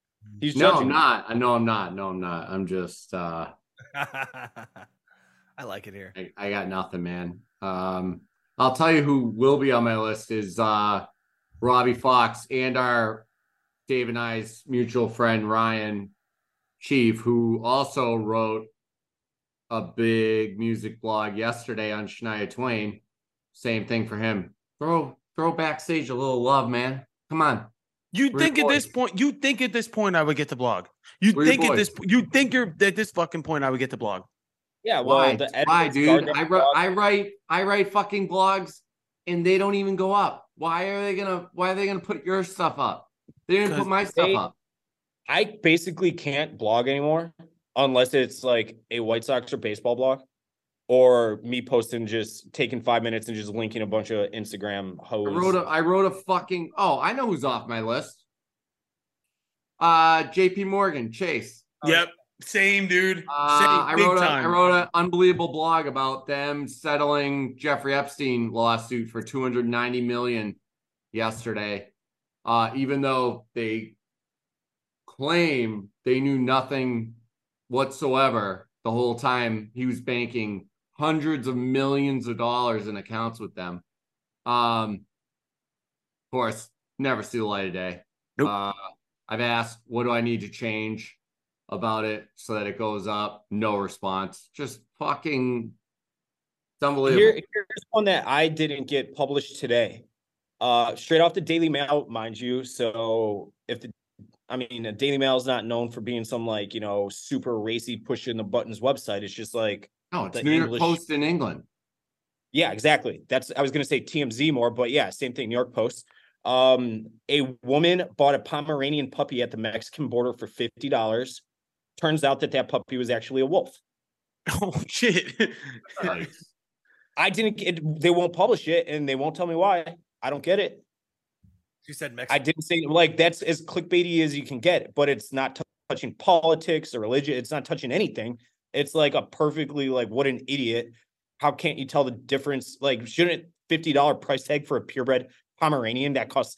D: He's
C: no,
D: judging
C: I'm
D: me.
C: not. I know I'm not. No, I'm not. I'm just uh
B: *laughs* I like it here.
C: I, I got nothing, man. Um, I'll tell you who will be on my list is uh, Robbie Fox and our Dave and I's mutual friend Ryan Chief, who also wrote a big music blog yesterday on Shania Twain. Same thing for him. Throw throw backstage a little love, man. Come on.
A: You
C: We're
A: think at this
C: boys.
A: point, you think at this point I would get to blog. You
C: We're
A: think at this,
C: boys.
A: po- you think you're at this fucking point I would get to blog.
D: Yeah, well,
C: Why?
D: the
C: Why,
D: editors
C: dude?
D: guard
C: I,
D: their
C: wri-
D: blog.
C: I write I write fucking blogs and they don't even go up. Why are they gonna? Why are they gonna put your stuff up? They didn't put
A: 'Cause
C: my stuff
D: they-
C: up.
D: I basically can't blog anymore unless it's like a White Sox or baseball blog or me posting just taking five minutes and just linking a bunch of Instagram
C: I
D: hoes.
C: wrote a. I wrote a fucking. Oh, I know who's off my list. Uh, J.P. Morgan Chase.
A: Yep. Same dude. Same
C: Uh, I
A: big
C: wrote a, I
A: time.
C: wrote an unbelievable blog about them settling Jeffrey Epstein lawsuit for 290 million yesterday. Uh, even though they claim they knew nothing whatsoever the whole time he was banking hundreds of millions of dollars in accounts with them. Um, of course, never see the light of day.
A: Nope.
C: Uh, I've asked, what do I need to change? about it so that it goes up. No response. Just fucking it's unbelievable.
D: Here, here's one that I didn't get published today. Uh, straight off the Daily Mail, mind you. So if the, I mean, the Daily Mail is not known for being some like you know super racy pushing the buttons website. It's just like
C: no, it's
D: the
C: New
D: English-
C: York Post in
D: *laughs*
C: England.
D: yeah, exactly. That's I was gonna say TMZ more, but yeah, same thing. New York Post. Um, a woman bought a Pomeranian puppy at the Mexican border for fifty dollars. Turns out that that puppy was actually a wolf.
A: *laughs* oh shit. *laughs*
C: Like,
D: I didn't. It, they won't publish it, and they won't tell me why. I don't get it.
B: You said
D: I
B: Mexico.
D: didn't say like that's as clickbaity as you can get, but it's not tou- touching politics or religion. It's not touching anything. It's like a perfectly like what an idiot. How can't you tell the difference? Like, shouldn't fifty dollar price tag for a purebred Pomeranian that costs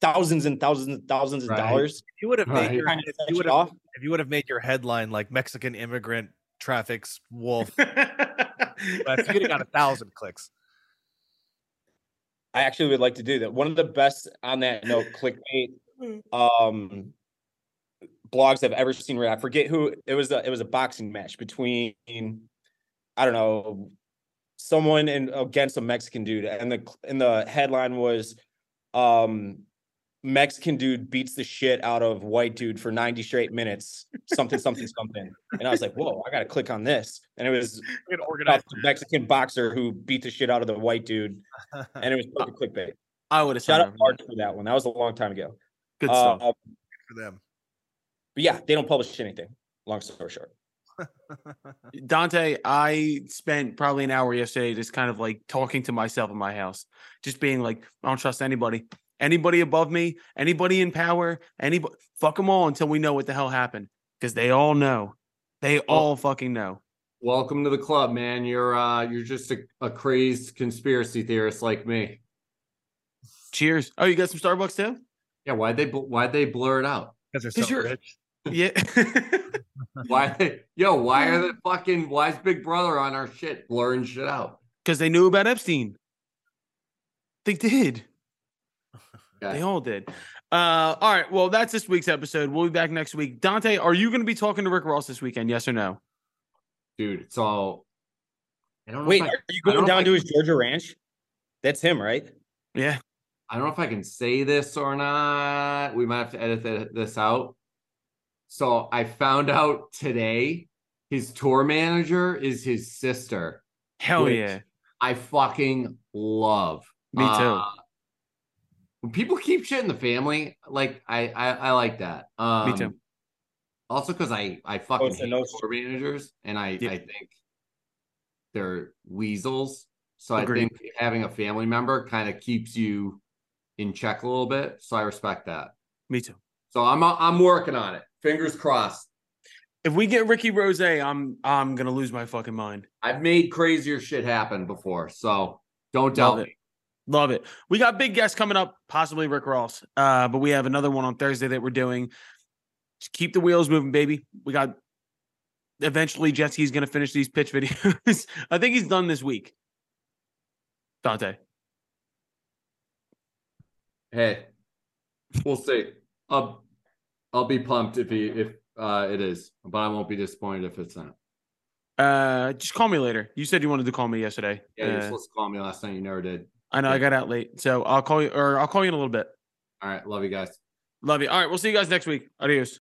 D: thousands and thousands and thousands of
C: Right.
D: dollars?
B: If you would have made
C: Right.
B: your,
D: Kind of
B: if
D: set
B: you
D: you
B: would
D: off.
B: have, if you would have made your headline like Mexican immigrant traffics
D: *laughs*
B: wolf, but you would have got a thousand clicks.
D: I actually would like to do that. One of the best on that note,
B: *laughs*
D: clickbait
B: Mm.
D: um blogs I've ever seen where I forget who it was a, it was a boxing match between I don't know someone and against a Mexican dude and the and the headline was um Mexican dude beats the shit out of white dude for 90 straight minutes something something something and I was like whoa I got to click on this and it was
B: Get
D: about
B: organized.
D: the Mexican boxer who beat the shit out of the white dude and it was perfect clickbait
A: I would have
D: Shout
A: signed
D: out
A: up.
D: Mark for that one. That was a long time ago.
A: Good
D: Uh,
A: stuff.
D: but
B: for them.
D: yeah, they don't publish anything. Long story short.
A: Dante, I spent probably an hour yesterday just kind of like talking to myself in my house, just being like, I don't trust anybody, anybody above me, anybody in power, anybody, fuck them all until we know what the hell happened because they all know. They all fucking know.
C: welcome to the club, man. You're uh you're just a, a crazed conspiracy theorist like me.
A: Cheers. Oh, you got some Starbucks too?
C: Yeah, why'd they bl- why'd they blur it
D: *laughs*
C: out?
B: Because they're
A: 'Cause
B: so
A: you're-
B: rich.
A: Yeah. *laughs*
C: Why they, yo, why are the fucking why's Big Brother on our shit blurring shit out?
A: Because they knew about Epstein. They did.
C: Yeah.
A: They all did. Uh, all right. Well, that's this week's episode. We'll be back next week. Dante, are you going to be talking to Rick Ross this weekend? Yes or no?
C: Dude, so I don't know if
D: Wait,
C: I,
D: are you
C: I don't
D: going
C: know
D: down
C: if
D: to
C: I-
D: his Georgia ranch? That's him, right?
A: Yeah.
C: I don't know if I can say this or not. We might have to edit th- this out. So I found out today his tour manager is his sister.
A: Hell
C: which
A: yeah.
C: I fucking love.
A: Me too.
C: Uh, Ah. when people keep shit in the family, like I I, I like that. Um,
A: Me too.
C: Also, because I I fucking
D: Oh, it's a
C: hate
D: no-
C: tour managers, and I
A: Yeah.
C: I think they're weasels. So I
A: Agreed.
C: think having a family member kind of keeps you in check a little bit. So I respect that.
A: Me too.
C: So I'm I'm working on it. Fingers crossed.
A: If we get Ricky Rose, I'm I'm gonna lose my fucking mind.
C: I've made crazier shit happen before, so don't doubt
A: Love
C: me.
A: it. Love it. We got big guests coming up, possibly Rick Ross. Uh, but we have another one on Thursday that we're doing. Just keep the wheels moving, baby. We got eventually jet ski's gonna finish these pitch *laughs* videos. I think he's done this week. Dante.
C: Hey, we'll see. I'll I'll be pumped if he if uh it is, but I won't be disappointed if it's not.
A: Uh just call me later. You said you wanted to call me yesterday.
C: Yeah, you were
A: Uh,
C: supposed to call me last night. You never did.
A: I know I got out late. So I'll call you or I'll call you in a little bit.
C: All right, love you guys.
A: Love you. All right, we'll see you guys next week. Adios.